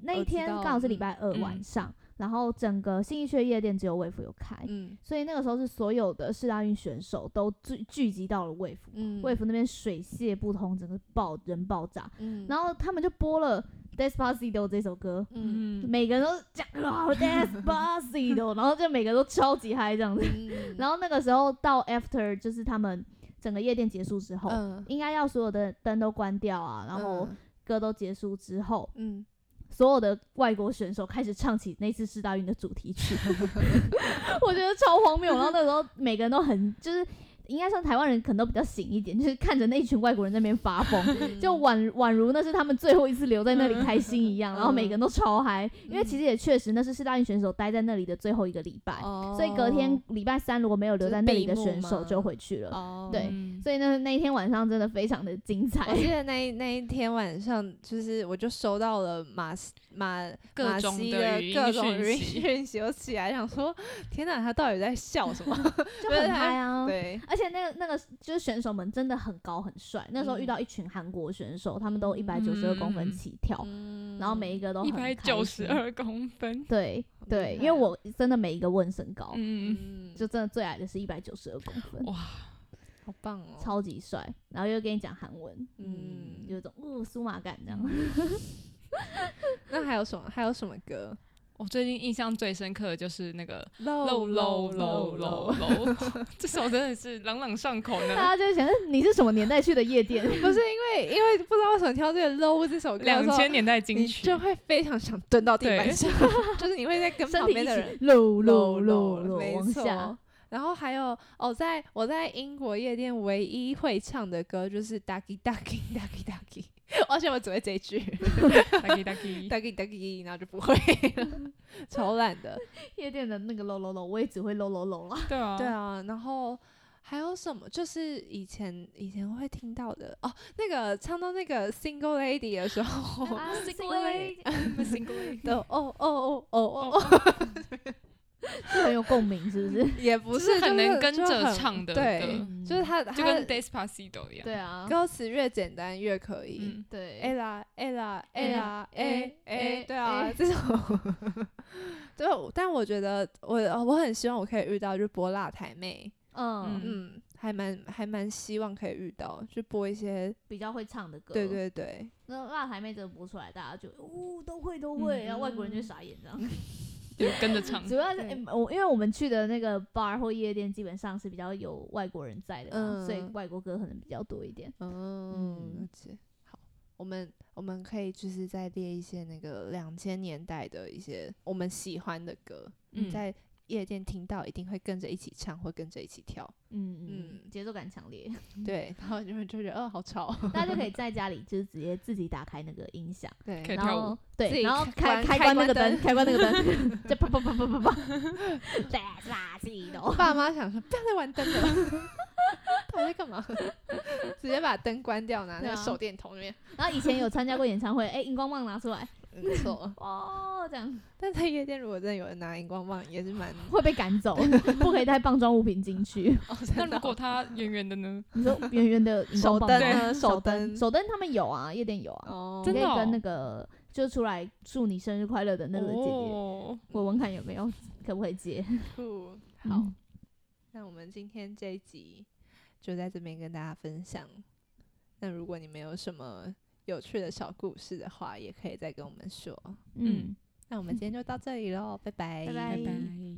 C: 那一
A: 我知
C: 天
A: 道
C: 刚好是礼
A: 嗯
C: 拜二晚上，然后整个信义区的夜店只有卫服有开，
A: 嗯
C: 所以那个时候是所有的世大运选手都聚聚集到了卫服，
A: 嗯
C: 卫服那边水泄不通，整个爆人爆炸，
A: 嗯
C: 然后他们就播了《Despacito》这首歌。
A: 嗯
B: 嗯
C: 每个人都讲啊
A: [LAUGHS]
C: Despacito，然后就每个都超级嗨这样子。
A: 嗯
C: 然后那个时候到 after 就是他们整个夜店结束之后，
A: 嗯
C: 应该要所有的灯都关掉啊，然后歌都结束之后，
A: 嗯，
C: 所有的外国选手开始唱起那次世大运的主题曲， [LAUGHS] 我觉得超荒谬。然后那时候每个人都很就是。应该算台湾人可能都比较醒一点，就是看着那一群外国人在那边发
A: [LAUGHS]
C: 疯，
A: 嗯
C: 就宛宛如那是他们最后一次留在那里开心一样，然后每个人都超嗨，
A: 嗯
C: 因为其实也确实那是世大运选手待在那里的最后一个礼拜，
A: 哦
C: 所以隔天礼拜三如果没有留在那里的选
A: 就是闭幕
C: 手
A: 吗
C: 就回去了。
A: 哦，
C: 对
B: 嗯
C: 所以呢，那一天晚上真的非常的精彩
A: 我。记得那一那一天晚上，就是我就收到了马西马
B: 各
A: 马
B: 种
A: 西
B: 的
A: 的
B: 语
A: 各
B: 音
A: 种
B: 讯
A: 语音
B: 息
A: 讯息，我起来想说，天哪，他到底在笑什么？ [LAUGHS]
C: 就
A: 对
C: 很
A: 他
C: 嗨啊！ [LAUGHS]
A: 对，
C: 而且那个那个就是选手们真的很高很帅，那时候
A: 嗯
C: 遇到一群韩国选手，他们都一百九十二
B: 嗯
C: 公分起跳，
A: 嗯
C: 然后每一个都
B: 一
C: 很
B: 百九
C: 开心
B: 十。二公分，
C: 对
A: 好厉
C: 对，因
A: 害
C: 为
A: 啊
C: 我真的每一个问身高，
B: 嗯，
A: 嗯，哦
C: 就真的最矮的是一百九十二公分，
B: 哇，
A: 好棒哦，
C: 超级帅，然后又跟你讲韩文，嗯，
A: 嗯
C: 有一种哦苏马感这样。
A: 那还有什么还有什么歌？
B: 我最近印象最深刻的就是那个
A: 漏
B: 喽喽
A: 漏
B: 喽喽喽， [LAUGHS] 这首真的是朗朗上
A: [LAUGHS]
B: 口
C: [LAUGHS]
A: 啊
C: 大
B: 呢。
C: 家就会想嗯你是什么年代去的夜店？
A: 不是因为因为不知道为什么挑这个 low 这首歌的
B: 两
A: 时候，
B: 千年代金
A: 你
B: 曲，
A: 就会非常想蹲到地板
B: 对
A: 上， [LAUGHS] 就是你会在跟
C: 身
A: 旁
C: 体
A: 边
C: 一
A: 的人
C: 起搂
A: 喽
C: 搂
A: 喽
C: 搂搂
A: 没
C: 往
A: 错
C: 下，。
A: 然后还有哦，在我在英国夜店唯一会唱的歌就是 Ducky Ducky [LAUGHS] Ducky Ducky，而且我只会这一句
B: [LAUGHS] 打给
A: [LAUGHS]
B: 打给
A: Ducky Ducky，然后就不会了，超懒
B: [LAUGHS]
A: 的。
C: 夜店的那个搂搂搂，我也只会搂搂搂 [LAUGHS] 啦。
B: 对啊，
A: 对， [LAUGHS] 啊，然后还有什么？就是以前以前会听到的哦，那个唱到那个 Single Lady 的时候
C: 啊 [LAUGHS]
B: ，Single
A: [LAUGHS]
C: Single
B: Single
A: 的哦哦哦哦哦哦，
C: 是 [LAUGHS] 很有共鸣，是
A: [LAUGHS]
C: 不是？
A: 也不
B: 就是
A: 是
B: 很
A: 就
B: 能
A: 是
B: 跟
A: 就
B: 着
A: 很
B: 唱的
A: 对
B: 歌，嗯
A: 就是他
B: 就
A: 他
B: 跟 Despacito 一样。
C: 对啊，
A: 歌词越简单越可以。
B: 嗯，
C: 对，
A: 哎啦哎啦哎
C: 哎
A: 啦
C: 哎
A: 哎
C: 哎
A: 哎，对啊
C: 哎，
A: 这种，对，但我觉得我哦我很希望我可以遇到就是播辣台妹，
C: 嗯，
A: 嗯，还蛮还蛮希望可以遇到，就播一些，
C: 比较会唱的歌，
A: 对。对对，
C: 那辣台妹真的播出来，大家就哦都会都
B: 嗯
C: 会，然后外国人就傻眼这样。
B: 就跟着唱。
C: 主要是
A: 对
C: 嗯我因为我们去的那个 bar 或夜店基本上是比较有外国人在的嘛，
A: 嗯
C: 所以外国歌可能比较多一点。嗯
A: 嗯，了解好，我们我们可以就是再列一些那个两千年代的一些我们喜欢的歌，
B: 嗯
A: 在夜店听到一定会跟着一起唱或跟着一起跳，
C: 嗯嗯，
A: 嗯
C: 节奏感强烈，
A: 对，然后你们就觉得哦好
C: [LAUGHS]
A: 吵，
C: 大家就可以在家里就是直接自己打开那个音响，
A: 对，
B: 可以
C: 然
B: 跳舞
C: 后
A: 自
C: 对，
A: 己
C: 然后
A: 开
C: 开开
A: 关
C: 关那个
A: 开关
C: 灯，开关那个灯，就啪啪啪啪啪啪， [LAUGHS] 对，垃圾
A: 我
C: 都。
A: 爸妈想说不要再玩灯了，到底在干嘛？直接把灯关掉，拿那
C: 对啊
A: 个手电筒里面，
C: 然后以前有参加过演唱会，哎，荧光棒拿出来，
A: 没错。
C: 哦，这样
A: [LAUGHS] 但在夜店，如果真的有人拿荧光棒，也是蛮……
C: 会被赶走，不可以带棒状物品进去。
A: 哦、
B: 那
A: [LAUGHS] 真的
B: 如果
A: 哦
B: 他圆圆的呢？
C: 你说圆圆的荧光
A: 手
C: 棒
A: 灯
C: 吗
A: 呢？手灯
C: 手灯他们有啊，夜店有啊，
A: 哦
C: 你
B: 真
C: 可
B: 的
C: 以
B: 哦
C: 跟那个就出来祝你生日快乐的那个姐姐，
B: 哦，
C: 我问看有没有可不可以接。
A: 酷。好，
C: 嗯，
A: 那我们今天这一集就在这边跟大家分享。那如果你们有什么有趣的小故事的话，也可以再跟我们说。
C: 嗯
B: 嗯。
A: 那我们今天就到这里喽，拜拜，
C: 拜拜
B: 拜拜。